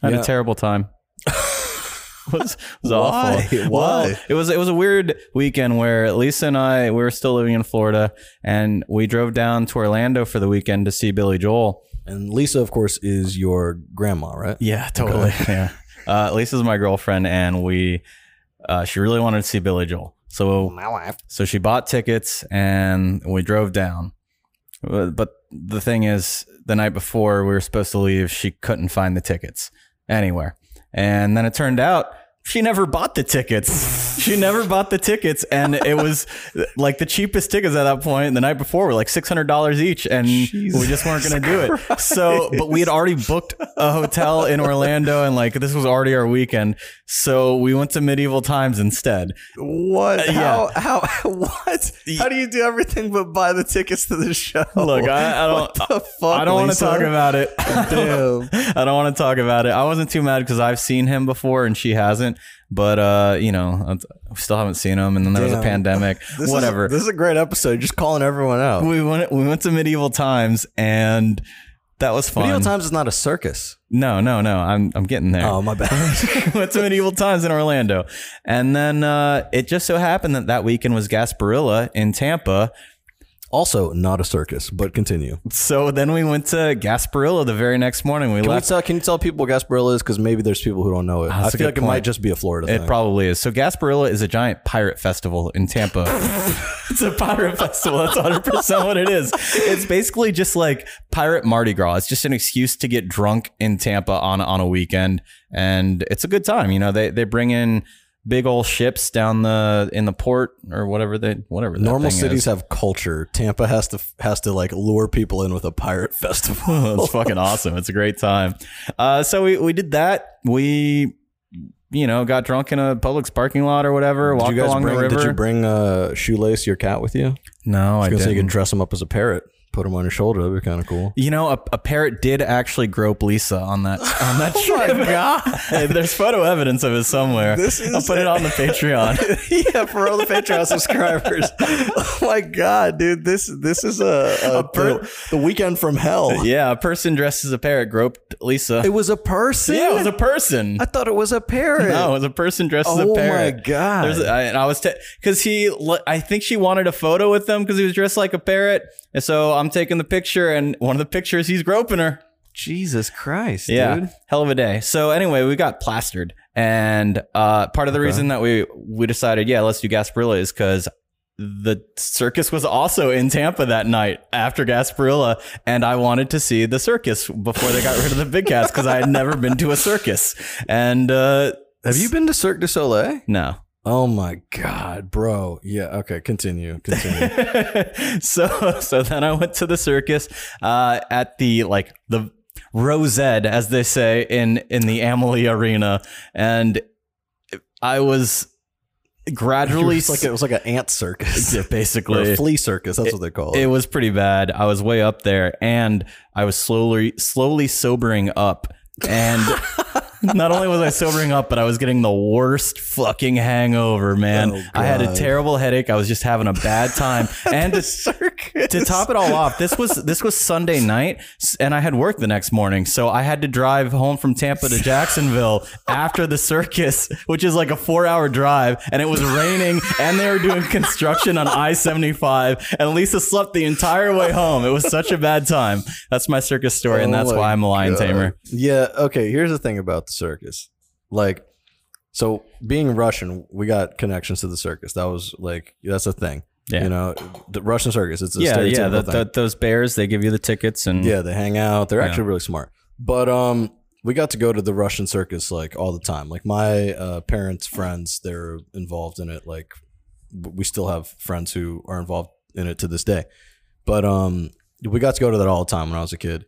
Speaker 3: I had
Speaker 2: Yeah.
Speaker 3: a terrible time. it was, it was
Speaker 2: Why?
Speaker 3: awful.
Speaker 2: Why?
Speaker 3: Well, it was it was a weird weekend where Lisa and I we were still living in Florida, and we drove down to Orlando for the weekend to see Billy Joel.
Speaker 2: And Lisa, of course, is your grandma, right?
Speaker 3: Yeah, totally. yeah. Uh, Lisa's my girlfriend, and we uh, she really wanted to see Billy Joel, so
Speaker 2: My wife.
Speaker 3: so she bought tickets, and we drove down. Uh, But the thing is, the night before we were supposed to leave, she couldn't find the tickets anywhere, and then it turned out. She never bought the tickets. She never bought the tickets, and it was like the cheapest tickets at that point. The night before were like six hundred dollars each, and we just weren't going to do it. So, but we had already booked a hotel in Orlando, and like this was already our weekend. So we went to Medieval Times instead.
Speaker 2: What?
Speaker 3: yeah.
Speaker 2: How? How? What? How do you do everything but buy the tickets to the show?
Speaker 3: Look, I, I don't.
Speaker 2: the fuck,
Speaker 3: I don't want to
Speaker 2: Lisa?
Speaker 3: talk about it.
Speaker 2: Damn.
Speaker 3: I don't want to talk about it. I wasn't too mad because I've seen him before and she hasn't. But uh, you know, I I still haven't seen him, and then there was
Speaker 2: Damn.
Speaker 3: a pandemic.
Speaker 2: This is-
Speaker 3: Whatever.
Speaker 2: this is a great episode. Just calling everyone out.
Speaker 3: we went. We went to medieval times, and that was fun.
Speaker 2: Medieval times is not a circus.
Speaker 3: No, no, no. I'm I'm getting there.
Speaker 2: Oh my bad.
Speaker 3: went to medieval times in Orlando, and then uh, it just so happened that that weekend was Gasparilla in Tampa.
Speaker 2: also, not a circus. But continue.
Speaker 3: So then we went to Gasparilla the very next morning. We
Speaker 2: Can, we
Speaker 3: left.
Speaker 2: tell, can you tell people what Gasparilla is? Because maybe there's people who don't know it. I
Speaker 3: that's a
Speaker 2: feel
Speaker 3: good
Speaker 2: like it
Speaker 3: point.
Speaker 2: might just be a Florida
Speaker 3: It
Speaker 2: thing.
Speaker 3: probably is. So Gasparilla is a giant pirate festival in Tampa. it's a pirate festival. That's 100% what it is. It's basically just like pirate Mardi Gras. It's just an excuse to get drunk in Tampa on on a weekend and it's a good time. You know, they they bring in big old ships down the in the port or whatever they whatever that
Speaker 2: Normal
Speaker 3: thing
Speaker 2: cities
Speaker 3: is.
Speaker 2: have culture. Tampa has to has to like lure people in with a pirate festival.
Speaker 3: It's fucking awesome. It's a great time. Uh, so we, we did that. We, you know, got drunk in a Publix parking lot or whatever.
Speaker 2: did
Speaker 3: walked
Speaker 2: you guys
Speaker 3: along
Speaker 2: bring?
Speaker 3: the river.
Speaker 2: Did you bring uh, shoelace your cat with you?
Speaker 3: no, I
Speaker 2: I was gonna
Speaker 3: didn't.
Speaker 2: say you could dress him up as a parrot. put him on your shoulder. That'd be kind of cool.
Speaker 3: You know, a, a parrot did actually grope Lisa on that on that trip. God. There's photo evidence of it somewhere.
Speaker 2: Oh This is-
Speaker 3: I'll put it on the Patreon.
Speaker 2: yeah, for all the Patreon subscribers. oh my god, dude, this this is a, a,
Speaker 3: per-
Speaker 2: the, the weekend from hell.
Speaker 3: yeah, a person dressed as a parrot groped Lisa.
Speaker 2: It was a person.
Speaker 3: yeah, it was a person.
Speaker 2: I thought it was a parrot.
Speaker 3: No, it was a person dressed as
Speaker 2: Oh
Speaker 3: a
Speaker 2: my
Speaker 3: parrot.
Speaker 2: God.
Speaker 3: There's, I, and I was because he, le- I think she wanted a photo with him because he was dressed like a parrot. And so I'm taking the picture, and one of the pictures, he's groping her.
Speaker 2: Jesus Christ,
Speaker 3: Yeah,
Speaker 2: dude.
Speaker 3: hell of a day. So anyway, we got plastered, and uh, part of the reason that we we decided, yeah, let's do Gasparilla is because the circus was also in Tampa that night after Gasparilla, and I wanted to see the circus before they got rid of the big cats because I had never been to a circus, and uh,
Speaker 2: Have you been to Cirque du Soleil?
Speaker 3: no.
Speaker 2: Oh my god, bro. Yeah, okay, continue. Continue.
Speaker 3: so so then I went to the circus uh, at the like the Rosed, as they say in in the Amalie Arena, and I was gradually
Speaker 2: It's like it was like an ant circus.
Speaker 3: Yeah,
Speaker 2: Or
Speaker 3: basically
Speaker 2: a flea circus, that's what they call it.
Speaker 3: it was pretty bad. I was way up there, and I was slowly slowly sobering up. And not only was I sobering up, but I was getting the worst fucking hangover, man.
Speaker 2: Oh,
Speaker 3: I had a
Speaker 2: God.
Speaker 3: terrible headache. I was just having a bad time. and to, to top it all off, this was this was Sunday night, s- and I had work the next morning, so I had to drive home from Tampa to Jacksonville after the circus, which is like a four-hour drive, and it was raining, and they were doing construction on I-75, and Lisa slept the entire way home. It was such a bad time. That's my circus story, and
Speaker 2: Oh
Speaker 3: that's
Speaker 2: my
Speaker 3: why I'm a lion
Speaker 2: God.
Speaker 3: tamer.
Speaker 2: Yeah, okay, here's the thing about the circus. Like so being Russian, we got connections to the circus. That was like that's a thing.
Speaker 3: Yeah.
Speaker 2: You know, the Russian circus, it's a
Speaker 3: yeah, yeah.
Speaker 2: stereotypical
Speaker 3: the-
Speaker 2: thing.
Speaker 3: the- those bears, they give you the tickets, and
Speaker 2: Yeah, they hang out. They're
Speaker 3: Yeah.
Speaker 2: actually really smart. But um, we got to go to the Russian circus like all the time. Like my uh, parents' friends, they're involved in it. Like w- we still have friends who are involved in it to this day. But um, we got to go to that all the time when I was a kid.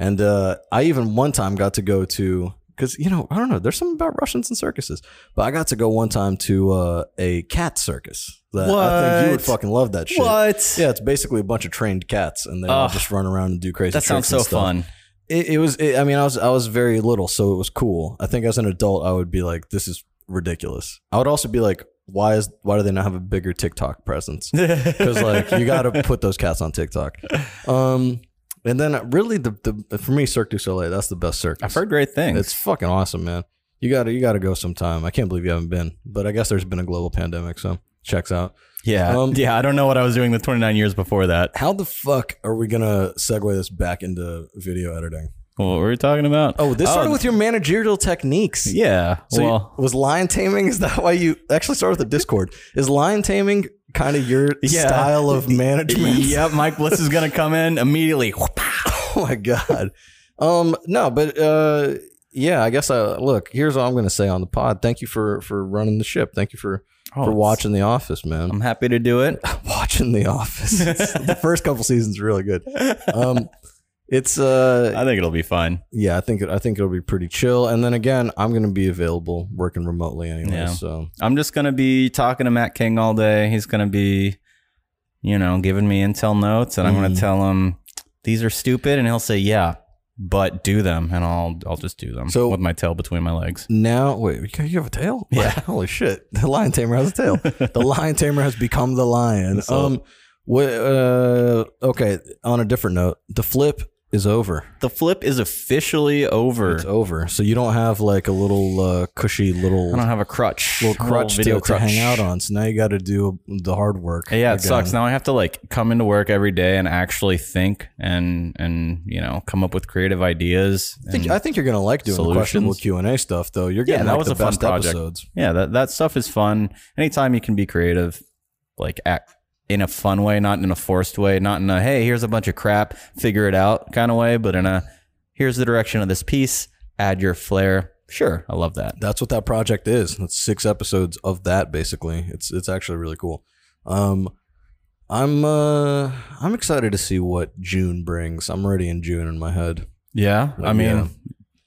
Speaker 2: And uh, I even one time got to go to because you know I don't know. There's something about Russians and circuses, but I got to go one time to uh, a cat circus. That I think you would
Speaker 3: What?
Speaker 2: fucking love that shit.
Speaker 3: what?
Speaker 2: Yeah, it's basically a bunch of trained cats, and they all
Speaker 3: Ugh.
Speaker 2: just run around and do crazy.
Speaker 3: That sounds
Speaker 2: tricks and
Speaker 3: so
Speaker 2: stuff.
Speaker 3: fun.
Speaker 2: It, it was. It, I mean, I was I was very little, so it was cool. I think as an adult, I would be like, "This is ridiculous." I would also be like, "Why is why do they not have a bigger TikTok presence?" Because like you got to put those cats on TikTok. Um, and then really the the for me Cirque du Soleil that's the best circus.
Speaker 3: I've heard great things.
Speaker 2: it's fucking awesome, man. You gotta you gotta go sometime. I can't believe you haven't been, but I guess there's been a global pandemic, so checks out.
Speaker 3: Yeah.
Speaker 2: Um,
Speaker 3: yeah. I don't know what I was doing the 29 years before that.
Speaker 2: How the fuck are we gonna segue this back into video editing?
Speaker 3: What were we talking about?
Speaker 2: Oh, this started
Speaker 3: Oh,
Speaker 2: with your managerial techniques.
Speaker 3: Yeah.
Speaker 2: So you-
Speaker 3: well,
Speaker 2: was lion taming? Is that why you actually started with the Discord? Is lion taming kind of your
Speaker 3: Yeah.
Speaker 2: style of management?
Speaker 3: yep. Mike Bliss is going to come in immediately.
Speaker 2: Oh my god. Um, no, but uh, yeah, I guess. Uh, look, here's what I'm gonna say on the pod. Thank you for for running the ship. Thank you for for watching The Office, man.
Speaker 3: I'm happy to do it.
Speaker 2: watching The Office. It's- the first couple seasons are really good. Um, it's uh,
Speaker 3: I think it'll be fine.
Speaker 2: yeah, I think it, I think it'll be pretty chill. And then again, I'm going to be available working remotely anyway.
Speaker 3: Yeah.
Speaker 2: So
Speaker 3: I'm just going to be talking to Matt King all day. He's going to be, you know, giving me intel notes and I'm going
Speaker 2: Mhm.
Speaker 3: to tell him these are stupid. And he'll say, yeah, but do them. And I'll, I'll just do them
Speaker 2: So-
Speaker 3: with my tail between my legs.
Speaker 2: now, wait, you got- you have a tail?
Speaker 3: Yeah.
Speaker 2: Holy shit! The lion tamer has a tail. the lion tamer has become the lion.
Speaker 3: So-
Speaker 2: um. wh- uh, okay. On a different note, the flip is over.
Speaker 3: The flip is officially over.
Speaker 2: It's over. So you don't have like a little uh, cushy
Speaker 3: I don't
Speaker 2: little
Speaker 3: have a crutch.
Speaker 2: little crutch,
Speaker 3: video
Speaker 2: to, to hang out on. So now you got to do the hard work.
Speaker 3: Yeah, it
Speaker 2: again.
Speaker 3: sucks. Now I have to like come into work every day and actually think and and you know come up with creative ideas.
Speaker 2: I think,
Speaker 3: and-
Speaker 2: I think you're gonna like doing the
Speaker 3: Solutions.
Speaker 2: questionable Q and A stuff, though. You're
Speaker 3: Yeah,
Speaker 2: getting
Speaker 3: that
Speaker 2: like
Speaker 3: was
Speaker 2: the
Speaker 3: a fun
Speaker 2: best
Speaker 3: project.
Speaker 2: episodes.
Speaker 3: yeah, that that stuff is fun. Anytime you can be creative, like act in a fun way, not in a forced way, not in a hey, here's a bunch of crap, figure it out kind of way, but in a here's the direction of this piece, add your flair. Sure, I love that.
Speaker 2: that's what that project is. That's six episodes of that basically. It's it's actually really cool. Um I'm uh I'm excited to see what June brings. I'm already in June in my head.
Speaker 3: Yeah, I
Speaker 2: Yeah.
Speaker 3: mean,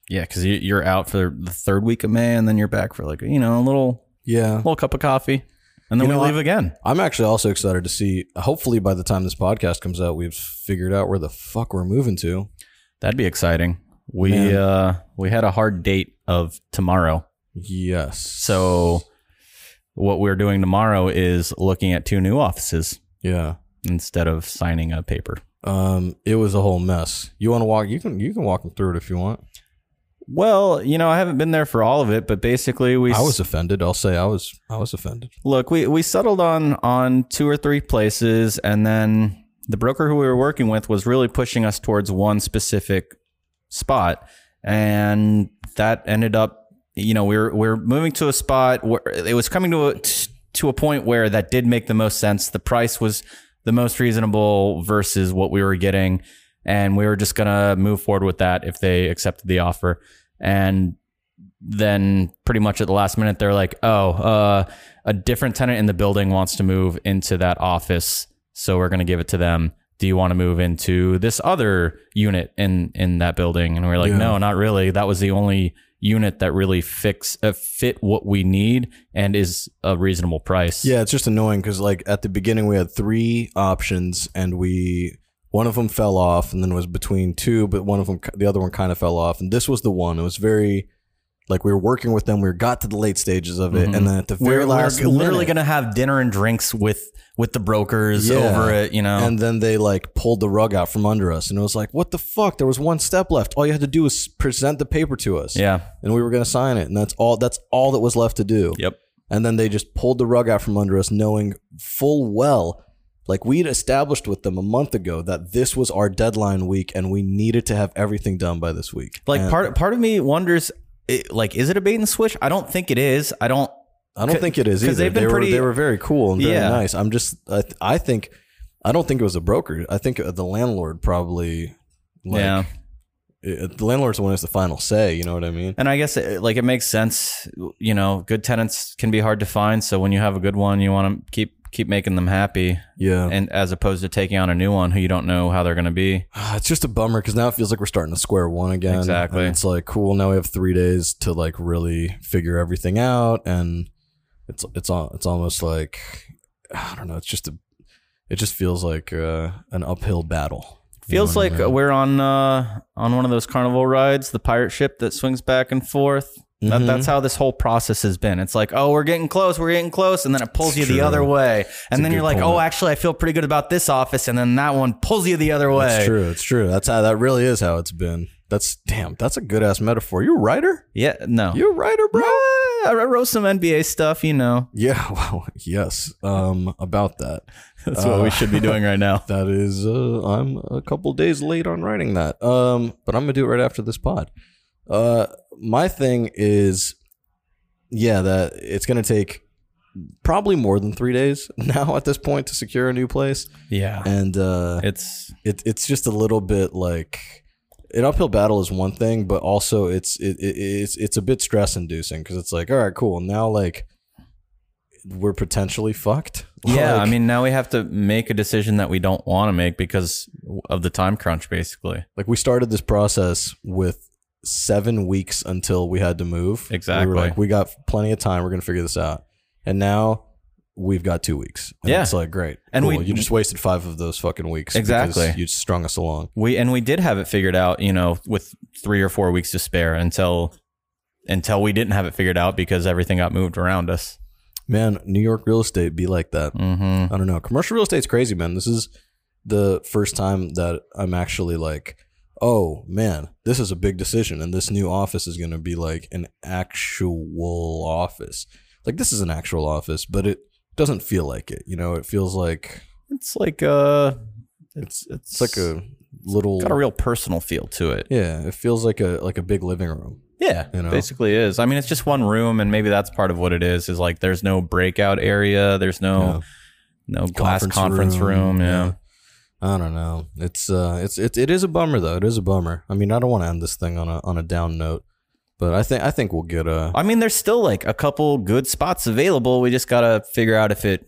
Speaker 3: yeah, because you, you're out for the third week of May, and then you're back for like you know a little
Speaker 2: Yeah.
Speaker 3: little cup of coffee. and then
Speaker 2: You know,
Speaker 3: we
Speaker 2: I-
Speaker 3: leave again.
Speaker 2: I'm actually also excited to see. Hopefully, by the time this podcast comes out, we've figured out where the fuck we're moving to.
Speaker 3: That'd be exciting. We
Speaker 2: Man.
Speaker 3: uh we had a hard date of tomorrow.
Speaker 2: Yes.
Speaker 3: So what we're doing tomorrow is looking at two new offices
Speaker 2: yeah,
Speaker 3: instead of signing a paper.
Speaker 2: um, it was a whole mess. You want to walk? You can. You can walk them through it if you want.
Speaker 3: Well, you know, I haven't been there for all of it, but basically we
Speaker 2: I was offended. I'll say I was. I was offended.
Speaker 3: look we we settled on on two or three places and then the broker who we were working with was really pushing us towards one specific spot and that ended up you know we were we were moving to a spot where it was coming to a to a point where that did make the most sense the price was the most reasonable versus what we were getting and we were just going to move forward with that if they accepted the offer and then pretty much at the last minute they're like oh uh, a different tenant in the building wants to move into that office so we're going to give it to them do you want to move into this other unit in in that building and we're like
Speaker 2: Yeah.
Speaker 3: no not really that was the only unit that really fix uh, fit what we need and is a reasonable price
Speaker 2: Yeah, it's just annoying because like at the beginning we had three options and we one of them fell off and then it was between two, but one of them the other one kind of fell off and this was the one. It was very like we were working with them. We got to the late stages of it,
Speaker 3: Mhm.
Speaker 2: and then at the very
Speaker 3: we're,
Speaker 2: last,
Speaker 3: we're literally
Speaker 2: minute-
Speaker 3: going to have dinner and drinks with with the brokers
Speaker 2: Yeah.
Speaker 3: over it you know
Speaker 2: And then they like pulled the rug out from under us, and it was like, what the fuck? There was one step left. All you had to do was present the paper to us,
Speaker 3: yeah
Speaker 2: and we were going to sign it, and that's all. That's all that was left to do.
Speaker 3: yep
Speaker 2: And then they just pulled the rug out from under us, knowing full well, like we'd established with them a month ago that this was our deadline week and we needed to have everything done by this week.
Speaker 3: like
Speaker 2: And
Speaker 3: part part of me wonders it, like is it a bait and switch i don't think it is i don't
Speaker 2: I don't think it is
Speaker 3: 'cause
Speaker 2: either.
Speaker 3: they've been
Speaker 2: they were
Speaker 3: pretty-
Speaker 2: they were very cool and very
Speaker 3: Yeah.
Speaker 2: nice. I'm just I, th- I think I don't think it was a broker. I think uh, the landlord probably. Like,
Speaker 3: yeah
Speaker 2: it- the landlord's the one who has the final say. You know what I mean?
Speaker 3: and i guess it, like it makes sense you know good tenants can be hard to find so when you have a good one you want to keep keep making them happy
Speaker 2: Yeah.
Speaker 3: and as opposed to taking on a new one who you don't know how they're going to be
Speaker 2: Ah, It's just a bummer because now it feels like we're starting to square one again.
Speaker 3: Exactly.
Speaker 2: And it's like cool. Now we have three days to like really figure everything out, and it's it's al- it's almost like I don't know. It's just a it just feels like uh, an uphill battle. You know
Speaker 3: feels
Speaker 2: what I
Speaker 3: like
Speaker 2: mean?
Speaker 3: we're on uh on one of those carnival rides the pirate ship that swings back and forth that,
Speaker 2: Mhm.
Speaker 3: that's how this whole process has been. It's like, oh, we're getting close, we're getting close, and then it
Speaker 2: It's
Speaker 3: pulls you the
Speaker 2: true.
Speaker 3: other way, and
Speaker 2: a
Speaker 3: then
Speaker 2: good
Speaker 3: you're like, oh,
Speaker 2: point.
Speaker 3: actually, I feel pretty good about this office, and then that one pulls you the other way.
Speaker 2: It's true. It's true. That's how that really is how it's been. That's damn. That's a good ass metaphor. You a writer?
Speaker 3: Yeah, no,
Speaker 2: You a writer, bro?
Speaker 3: Ah, I wrote some NBA stuff, you know.
Speaker 2: Yeah. Wow. Yes. Um. About that.
Speaker 3: That's
Speaker 2: what we
Speaker 3: should be doing right now.
Speaker 2: That is, uh, I'm a couple days late on writing that. Um, but I'm gonna do it right after this pod. Uh, my thing is, yeah, that it's gonna take probably more than three days now at this point to secure a new place,
Speaker 3: Yeah,
Speaker 2: and uh,
Speaker 3: it's
Speaker 2: it, it's just a little bit like an uphill battle is one thing, but also it's it, it, it's it's a bit stress inducing because it's like, all right, cool, now like we're potentially fucked.
Speaker 3: yeah.
Speaker 2: Like-
Speaker 3: I mean, now we have to make a decision that we don't want to make because of the time crunch, basically.
Speaker 2: Like we started this process with seven weeks until we had to move.
Speaker 3: Exactly.
Speaker 2: We were like, we got plenty of time. We're gonna figure this out. And now we've got two weeks. And
Speaker 3: Yeah.
Speaker 2: It's like great.
Speaker 3: And
Speaker 2: And
Speaker 3: we-
Speaker 2: we you just wasted five of those fucking weeks. because
Speaker 3: Exactly.
Speaker 2: You strung us along.
Speaker 3: We and we did have it figured out, you know, with three or four weeks to spare until until we didn't have it figured out because everything got moved around us.
Speaker 2: Man, New York real estate be like that.
Speaker 3: Mm-hmm.
Speaker 2: I don't know. Commercial real estate's crazy, man. This is the first time that I'm actually like, oh man, this is a big decision, and this new office is going to be like an actual office. Like this is an actual office, but it doesn't feel like it. You know, it feels like
Speaker 3: It's like uh it's
Speaker 2: it's like a little.
Speaker 3: got a real personal feel to it.
Speaker 2: yeah, it feels like a like a big living room.
Speaker 3: Yeah,
Speaker 2: You know?
Speaker 3: basically is. I mean, it's just one room, and maybe that's part of what it is. Is like there's no breakout area, there's no no glass conference room. yeah.
Speaker 2: I don't know. It's uh, it's it, it is a bummer though. It is a bummer. I mean, I don't want to end this thing on a on a down note, but I think I think we'll get a.
Speaker 3: I mean, there's still like a couple good spots available. We just gotta figure out if it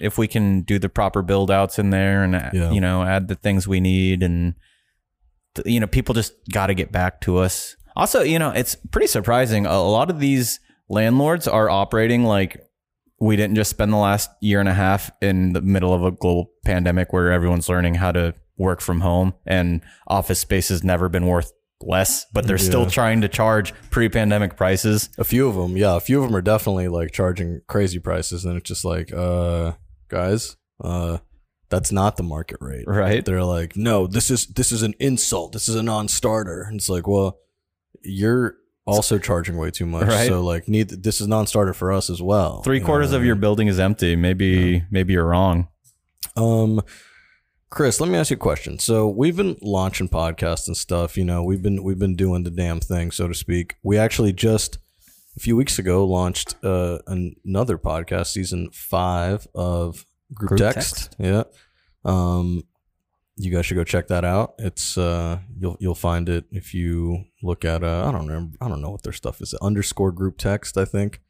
Speaker 3: if we can do the proper build outs in there, and uh,
Speaker 2: Yeah.
Speaker 3: you know, add the things we need, and th- you know, people just gotta get back to us. Also, you know, it's pretty surprising. A a lot of these landlords are operating like we didn't just spend the last year and a half in the middle of a global pandemic where everyone's learning how to work from home and office space has never been worth less, but they're still
Speaker 2: Yeah.
Speaker 3: trying to charge pre pandemic prices.
Speaker 2: A few of them, yeah. A few of them are definitely like charging crazy prices, and it's just like, uh, guys, uh, that's not the market rate.
Speaker 3: Right.
Speaker 2: They're like, no, this is this is an insult. This is a non-starter. And it's like, well, you're also charging way too much.
Speaker 3: Right.
Speaker 2: So like, need this is non-starter for us as well.
Speaker 3: Three
Speaker 2: You know
Speaker 3: quarters
Speaker 2: what I
Speaker 3: of your
Speaker 2: mean?
Speaker 3: building is empty. Maybe maybe you're wrong.
Speaker 2: Um, Chris, let me ask you a question. So we've been launching podcasts and stuff. You know, we've been we've been doing the damn thing, so to speak. We actually just a few weeks ago launched uh, an- another podcast, season five of Group,
Speaker 3: Group
Speaker 2: Text.
Speaker 3: Text.
Speaker 2: Yeah. Um, you guys should go check that out. It's uh, you'll you'll find it if you look at uh, I don't know I don't know what their stuff is underscore Group Text I think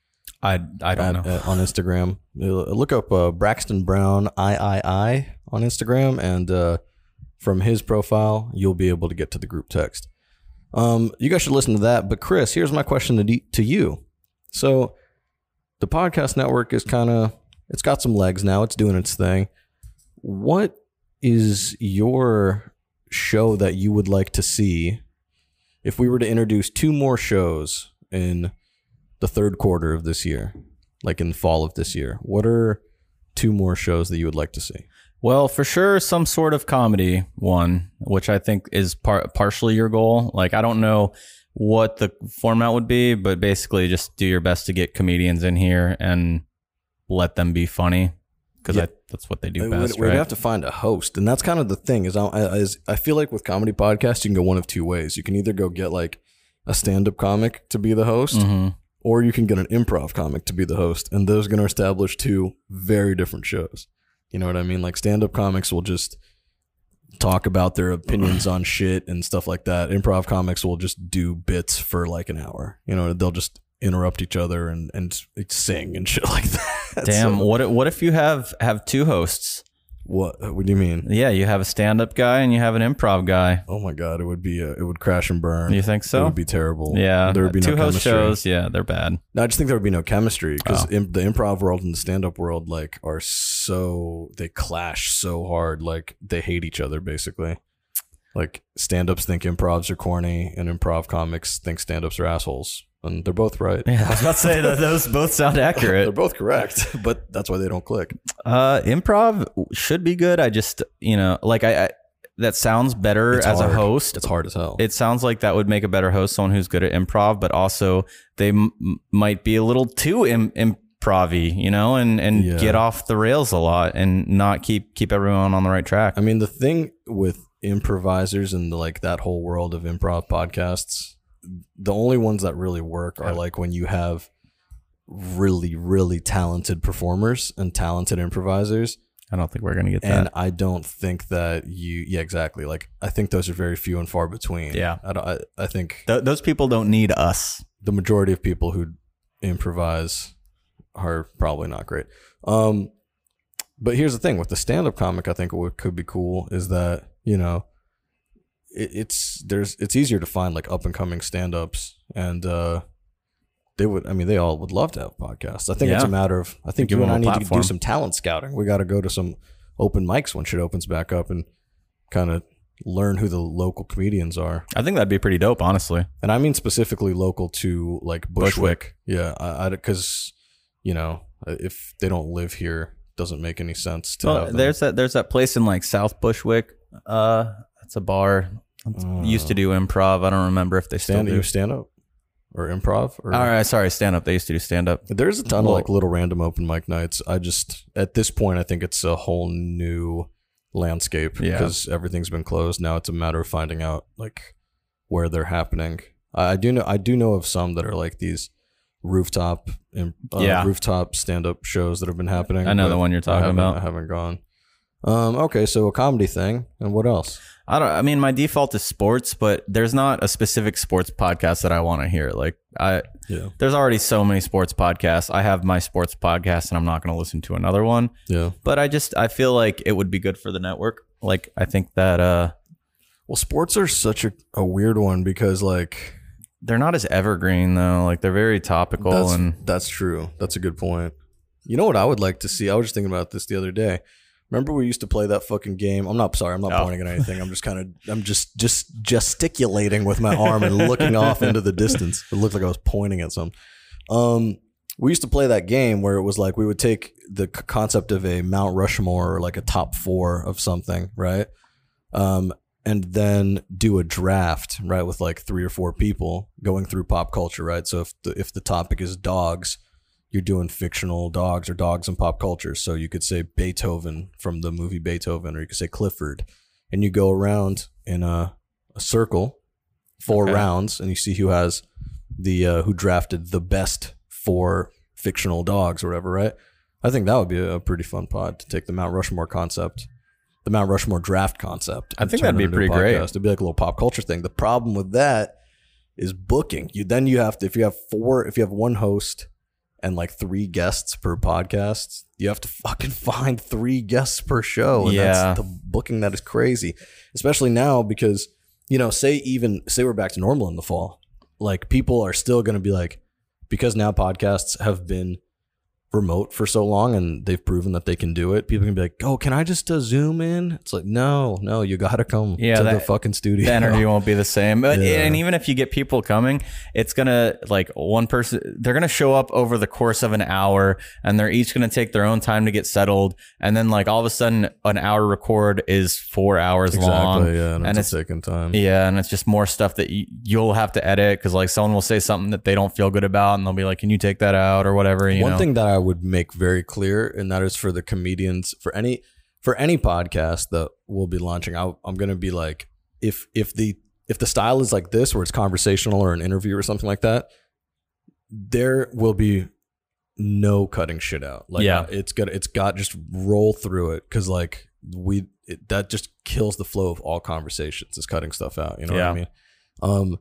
Speaker 3: I I don't
Speaker 2: at-
Speaker 3: know.
Speaker 2: at- on Instagram. Uh, Look up uh, Braxton Brown III on Instagram, and uh, from his profile, you'll be able to get to the group text. Um, you guys should listen to that. But Chris, here's my question to, d- to you. So the podcast network is kind of it's got some legs now. It's doing its thing. What is your show that you would like to see if we were to introduce two more shows in the third quarter of this year, like in the fall of this year? What are two more shows that you would like to see?
Speaker 3: Well, for sure, some sort of comedy one, which I think is par- partially your goal. Like, I don't know what the format would be, but basically just do your best to get comedians in here and let them be funny because
Speaker 2: Yeah.
Speaker 3: that's what they do
Speaker 2: Uh,
Speaker 3: best,
Speaker 2: we'd, we'd
Speaker 3: right?
Speaker 2: have to find a host, and that's kind of the thing. Is I, I- is I feel like with comedy podcasts, you can go one of two ways. You can either go get like a stand-up comic to be the host,
Speaker 3: Mhm.
Speaker 2: or you can get an improv comic to be the host, and those are going to establish two very different shows. You know what I mean? Like stand-up comics will just talk about their opinions on shit and stuff like that. Improv comics will just do bits for like an hour. You know, they'll just interrupt each other and and sing and shit like that.
Speaker 3: Damn,
Speaker 2: So-
Speaker 3: what if, what if you have have two hosts?
Speaker 2: what what do you mean?
Speaker 3: Yeah, you have a stand up guy and you have an improv guy.
Speaker 2: Oh my god, it would be a, it would crash and burn.
Speaker 3: You think
Speaker 2: It
Speaker 3: so?
Speaker 2: would be terrible.
Speaker 3: yeah,
Speaker 2: there would be
Speaker 3: two
Speaker 2: no
Speaker 3: host
Speaker 2: chemistry.
Speaker 3: shows. Yeah, they're bad.
Speaker 2: No, I just think there would be no chemistry because
Speaker 3: Oh.
Speaker 2: the improv world and the stand up world like are so they clash so hard. Like they hate each other basically. Like stand ups think improvs are corny, and improv comics think stand ups are assholes, and they're both right.
Speaker 3: Yeah, I was about to say that those both sound accurate.
Speaker 2: They're both correct, but that's why they don't click.
Speaker 3: Uh, improv should be good. I just, you know, like I, I that sounds better
Speaker 2: It's
Speaker 3: as
Speaker 2: hard.
Speaker 3: a host.
Speaker 2: It's hard as hell.
Speaker 3: It sounds like that would make a better host, someone who's good at improv, but also they m- m- might be a little too Im- improv-y, you know, and and
Speaker 2: Yeah.
Speaker 3: get off the rails a lot and not keep keep everyone on the right track.
Speaker 2: I mean, the thing with improvisers and like that whole world of improv podcasts, the only ones that really work are like when you have really, really talented performers and talented improvisers.
Speaker 3: I don't think we're gonna get
Speaker 2: And
Speaker 3: that.
Speaker 2: I don't think that you, yeah, exactly. Like, I think those are very few and far between.
Speaker 3: Yeah.
Speaker 2: I, don't, I, I think
Speaker 3: Th- those people don't need us.
Speaker 2: the majority of people who improvise are probably not great. Um, but here's the thing with the stand up comic, I think what could be cool is that, you know, it, it's there's it's easier to find like up and coming stand ups and uh they would I mean they all would love to have podcasts. I think it's
Speaker 3: Yeah.
Speaker 2: a matter of I think
Speaker 3: Give
Speaker 2: you and I
Speaker 3: them
Speaker 2: need
Speaker 3: a
Speaker 2: to do
Speaker 3: platform.
Speaker 2: some talent scouting. We gotta go to some open mics when shit opens back up and kind of learn who the local comedians are.
Speaker 3: I think that'd be pretty dope, honestly.
Speaker 2: And I mean specifically local to like Bushwick. Yeah, I because you know uh, if they don't live here, doesn't make any sense to.
Speaker 3: Well,
Speaker 2: have them.
Speaker 3: there's that there's that place in like South Bushwick. Uh, it's a bar.
Speaker 2: Uh,
Speaker 3: used to do improv. I don't remember if they still
Speaker 2: stand
Speaker 3: do.
Speaker 2: you stand up or improv or.
Speaker 3: All right, sorry, stand up. They used to do stand up.
Speaker 2: There's a ton
Speaker 3: Well-
Speaker 2: of like little random open mic nights. I just at this point I think it's a whole new landscape
Speaker 3: Yeah.
Speaker 2: because everything's been closed. Now it's a matter of finding out like where they're happening. I I do know I do know of some that are like these rooftop um, uh,
Speaker 3: Yeah.
Speaker 2: rooftop stand up shows that have been happening.
Speaker 3: I know the
Speaker 2: but
Speaker 3: one you're
Speaker 2: I
Speaker 3: talking
Speaker 2: haven't-
Speaker 3: about.
Speaker 2: I haven't gone. Um, okay, so a comedy thing, and what else?
Speaker 3: I don't. I mean, my default is sports, but there's not a specific sports podcast that I want to hear. Like I,
Speaker 2: Yeah,
Speaker 3: there's already so many sports podcasts. I have my sports podcast, and I'm not going to listen to another one.
Speaker 2: yeah.
Speaker 3: But I just I feel like it would be good for the network. Like I think that uh,
Speaker 2: Well, sports are such a, a weird one because like
Speaker 3: they're not as evergreen though. Like they're very topical
Speaker 2: that's,
Speaker 3: and
Speaker 2: that's true. That's a good point. You know what I would like to see? I was just thinking about this the other day. Remember we used to play that fucking game? I'm not sorry, I'm not
Speaker 3: Oh.
Speaker 2: pointing at anything. I'm just kind of I'm just just gesticulating with my arm and looking off into the distance. It looked like I was pointing at something. Um we used to play that game where it was like we would take the c- concept of a Mount Rushmore or like a top 4 of something, right? Um and then do a draft, right, with like three or four people going through pop culture, right? So if the, if the topic is dogs, you're doing fictional dogs or dogs in pop culture. So you could say Beethoven from the movie Beethoven, or you could say Clifford, and you go around in a, a circle, four
Speaker 3: Okay.
Speaker 2: rounds, and you see who has the uh, who drafted the best four fictional dogs, or whatever. Right? I think that would be a pretty fun pod to take the Mount Rushmore concept. The Mount Rushmore draft concept.
Speaker 3: I
Speaker 2: and
Speaker 3: think
Speaker 2: turn
Speaker 3: that'd be
Speaker 2: it into a
Speaker 3: pretty great.
Speaker 2: podcast. It'd be like a little pop culture thing. The problem with that is booking. You then you have to if you have four if you have one host and like three guests per podcast, you have to fucking find three guests per show. And
Speaker 3: Yeah.
Speaker 2: that's the booking that is crazy. Especially now because, you know, say even say we're back to normal in the fall. Like people are still gonna be like, because now podcasts have been remote for so long and they've proven that they can do it, people can be like, Oh, can I just uh, zoom in? It's like, no, no, you gotta come
Speaker 3: Yeah,
Speaker 2: to the
Speaker 3: that-
Speaker 2: fucking studio.
Speaker 3: the energy won't be the same. But
Speaker 2: Yeah.
Speaker 3: and even if you get people coming, it's gonna like one person they're gonna show up over the course of an hour and they're each gonna take their own time to get settled. And then like all of a sudden an hour record is four hours
Speaker 2: Exactly,
Speaker 3: long.
Speaker 2: yeah. And,
Speaker 3: And
Speaker 2: it's, a taking time.
Speaker 3: Yeah, and it's just more stuff that you, you'll have to edit because like someone will say something that they don't feel good about, and they'll be like, "Can you take that out?" or whatever. You
Speaker 2: One
Speaker 3: know?
Speaker 2: thing that I would make very clear, and that is for the comedians for any for any podcast that we'll be launching, I, I'm going to be like, if if the if the style is like this, where it's conversational or an interview or something like that, there will be no cutting shit out. Like,
Speaker 3: Yeah.
Speaker 2: it's got it's got just roll through it because like we it, that just kills the flow of all conversations is cutting stuff out. You know
Speaker 3: Yeah.
Speaker 2: what I mean? Um,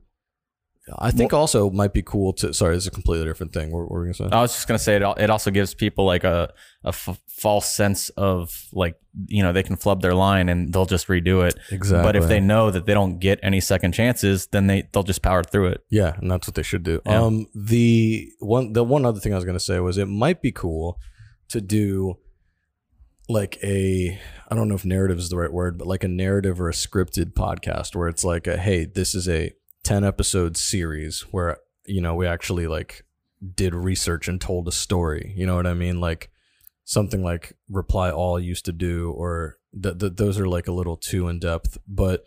Speaker 2: I think also might be cool to. Sorry, this is a completely different thing. What, what were we gonna say?
Speaker 3: I was just gonna say it. al- It also gives people like a a f- false sense of like you know they can flub their line and they'll just redo it.
Speaker 2: Exactly.
Speaker 3: But if they know that they don't get any second chances, then they they'll just power through it.
Speaker 2: yeah, and that's what they should do.
Speaker 3: Yeah.
Speaker 2: Um, the one the one other thing I was gonna say was it might be cool to do like a I don't know if narrative is the right word, but like a narrative or a scripted podcast where it's like a hey, this is a ten episode series where you know we actually like did research and told a story. You know what I mean? Like something like Reply All used to do, or th- th- those are like a little too in depth, but.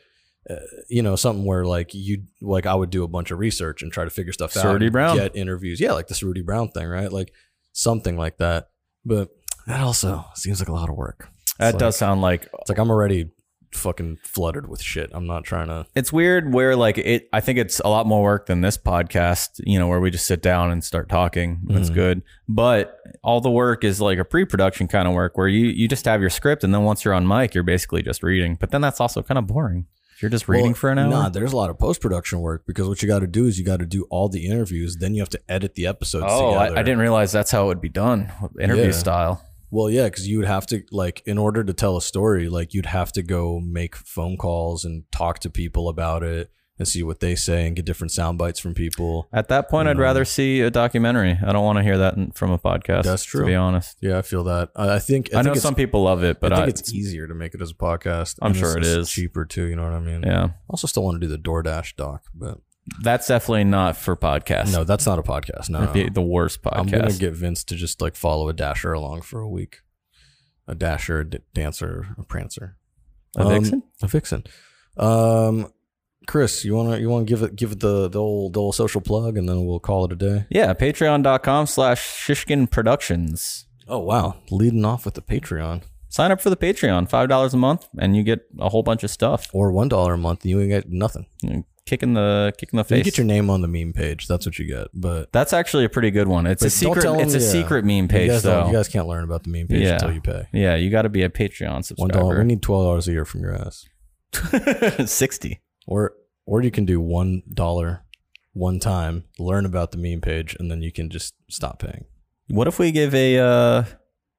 Speaker 2: Uh, you know something where like you like I would do a bunch of research and try to figure stuff out.
Speaker 3: Cerruti
Speaker 2: and
Speaker 3: Brown.
Speaker 2: get interviews, yeah, like this Rudy Brown thing, right? Like something like that. But that also seems like a lot of work.
Speaker 3: That
Speaker 2: like-
Speaker 3: does sound like
Speaker 2: It's like I'm already fucking flooded with shit. I'm not trying to.
Speaker 3: it's weird where like it i think it's a lot more work than this podcast you know where we just sit down and start talking that's
Speaker 2: Mhm.
Speaker 3: good but all the work is like a pre-production kind of work where you you just have your script and then once you're on mic you're basically just reading but then that's also kind of boring if you're just reading
Speaker 2: Well,
Speaker 3: for an hour
Speaker 2: Nah, there's a lot of post production work because what you got to do is you got to do all the interviews. Then you have to edit the episodes.
Speaker 3: oh I,
Speaker 2: together.
Speaker 3: I didn't realize that's how it would be done interview
Speaker 2: Yeah.
Speaker 3: style
Speaker 2: Well, yeah, because you would have to like in order to tell a story, like you'd have to go make phone calls and talk to people about it and see what they say and get different sound bites from people.
Speaker 3: at that point i'd
Speaker 2: Mhm.
Speaker 3: rather see a documentary i don't want to hear that in- from a podcast
Speaker 2: That's
Speaker 3: to
Speaker 2: true.
Speaker 3: be honest
Speaker 2: Yeah, I feel that. I, I think I,
Speaker 3: i,
Speaker 2: think
Speaker 3: know
Speaker 2: it's-
Speaker 3: some people love it but
Speaker 2: I
Speaker 3: i,
Speaker 2: think it's easier to make it as a podcast.
Speaker 3: I'm
Speaker 2: and
Speaker 3: sure
Speaker 2: it's-
Speaker 3: it
Speaker 2: it's
Speaker 3: is.
Speaker 2: cheaper too. You know what I mean?
Speaker 3: yeah
Speaker 2: Also, still want to do the DoorDash doc, but
Speaker 3: that's definitely not for podcasts
Speaker 2: no, that's not a podcast. No,
Speaker 3: That'd be the worst podcast
Speaker 2: I'm gonna get Vince to just like follow a dasher along for a week, a dasher, a d- dancer, a prancer,
Speaker 3: A
Speaker 2: Um,
Speaker 3: Uh, vixen?
Speaker 2: a vixen. Um, Chris, you wanna you wanna give it give it the the old the old social plug, and then we'll call it a day.
Speaker 3: Yeah, patreon.com slash Shishkin Productions.
Speaker 2: Oh wow, leading off with the Patreon
Speaker 3: Sign up for the Patreon, $5 a month, and you get a whole bunch of stuff.
Speaker 2: or one dollar a month, you ain't get nothing.
Speaker 3: Kick in the, kick in the
Speaker 2: You
Speaker 3: face.
Speaker 2: get your name on the meme page. That's what you get, but.
Speaker 3: That's actually a pretty good one. It's a
Speaker 2: But don't
Speaker 3: secret
Speaker 2: tell
Speaker 3: it's a
Speaker 2: them- yeah.
Speaker 3: secret meme page
Speaker 2: you guys, don't-
Speaker 3: though.
Speaker 2: you guys can't learn about the meme page
Speaker 3: Yeah.
Speaker 2: until you pay.
Speaker 3: yeah, you got to be a Patreon
Speaker 2: One dollar. We
Speaker 3: subscriber.
Speaker 2: need twelve dollars a year from your ass.
Speaker 3: 60.
Speaker 2: or or you can do one dollar one time learn about the meme page and then you can just stop paying
Speaker 3: What if we give a uh, a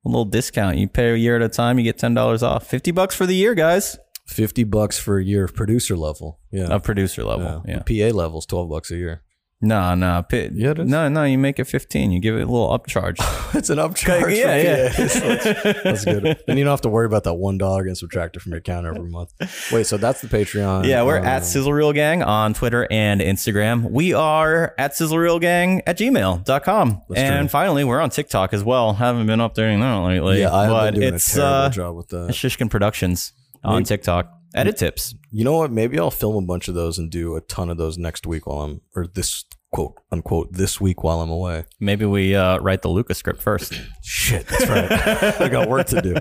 Speaker 3: little discount? You pay a year at a time, you get $10 off. 50 bucks for the year, guys.
Speaker 2: 50 bucks for a year of producer level yeah
Speaker 3: Of producer level. Yeah.
Speaker 2: The pa levels 12 bucks a year
Speaker 3: No, no, pi-
Speaker 2: Yeah, it is.
Speaker 3: no, no. You make it fifteen. You give it a little upcharge.
Speaker 2: It's an upcharge.
Speaker 3: Okay, yeah, yeah.
Speaker 2: for PAs. That's, that's good. And you don't have to worry about that one dollar getting subtracted from your account every month. Wait, so that's the Patreon.
Speaker 3: yeah, we're
Speaker 2: Um,
Speaker 3: at Sizzle Reel Gang on Twitter and Instagram. We are at Sizzle Reel Gang at gmail.com.
Speaker 2: That's
Speaker 3: And
Speaker 2: true.
Speaker 3: finally, we're on TikTok as well. Haven't been updating that lately.
Speaker 2: yeah, I
Speaker 3: but
Speaker 2: have been doing a
Speaker 3: it's
Speaker 2: terrible
Speaker 3: uh,
Speaker 2: job with that.
Speaker 3: Shishkin Productions on
Speaker 2: Maybe-
Speaker 3: TikTok. Edit tips.
Speaker 2: You know what? Maybe I'll film a bunch of those and do a ton of those next week while I'm or this quote unquote this week while I'm away.
Speaker 3: Maybe we uh, write the Lucas script first.
Speaker 2: Shit, that's right. I got work to do.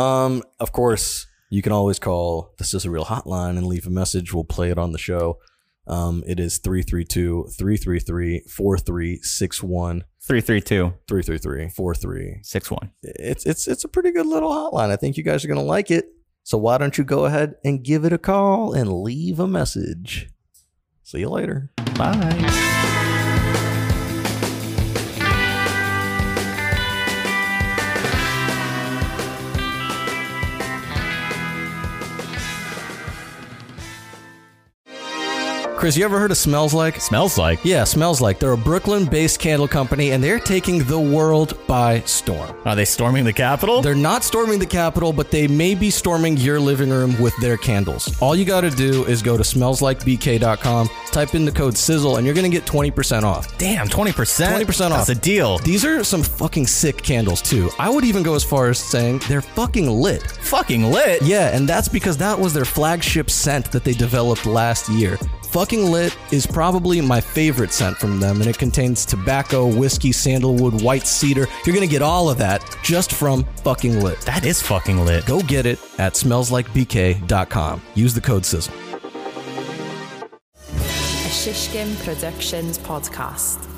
Speaker 2: Um, of course, you can always call the Sizzle Reel hotline and leave a message. We'll play it on the show. Um, it is 332 333 4361
Speaker 3: 332
Speaker 2: 333 43.
Speaker 3: 61.
Speaker 2: It's it's it's a pretty good little hotline. I think you guys are going to like it. So why don't you go ahead and give it a call and leave a message. See you later.
Speaker 3: Bye.
Speaker 2: Chris, you ever heard of Smells Like?
Speaker 3: Smells like.
Speaker 2: Yeah, Smells Like. They're a Brooklyn-based candle company and they're taking the world by storm.
Speaker 3: Are they storming the Capitol?
Speaker 2: They're not storming the Capitol, but they may be storming your living room with their candles. All you got to do is go to smellslikebk.com, type in the code sizzle, and you're going to get 20% off.
Speaker 3: Damn, 20%.
Speaker 2: 20% off.
Speaker 3: That's a deal.
Speaker 2: These are some fucking sick candles, too. I would even go as far as saying they're fucking lit.
Speaker 3: Fucking lit.
Speaker 2: Yeah, and that's because that was their flagship scent that they developed last year. Fucking Lit is probably my favorite scent from them, and it contains tobacco, whiskey, sandalwood, white cedar. You're going to get all of that just from Fucking Lit.
Speaker 3: That is fucking lit.
Speaker 2: Go get it at smellslikebk.com. Use the code sizzle.
Speaker 1: A Shishkin Productions podcast.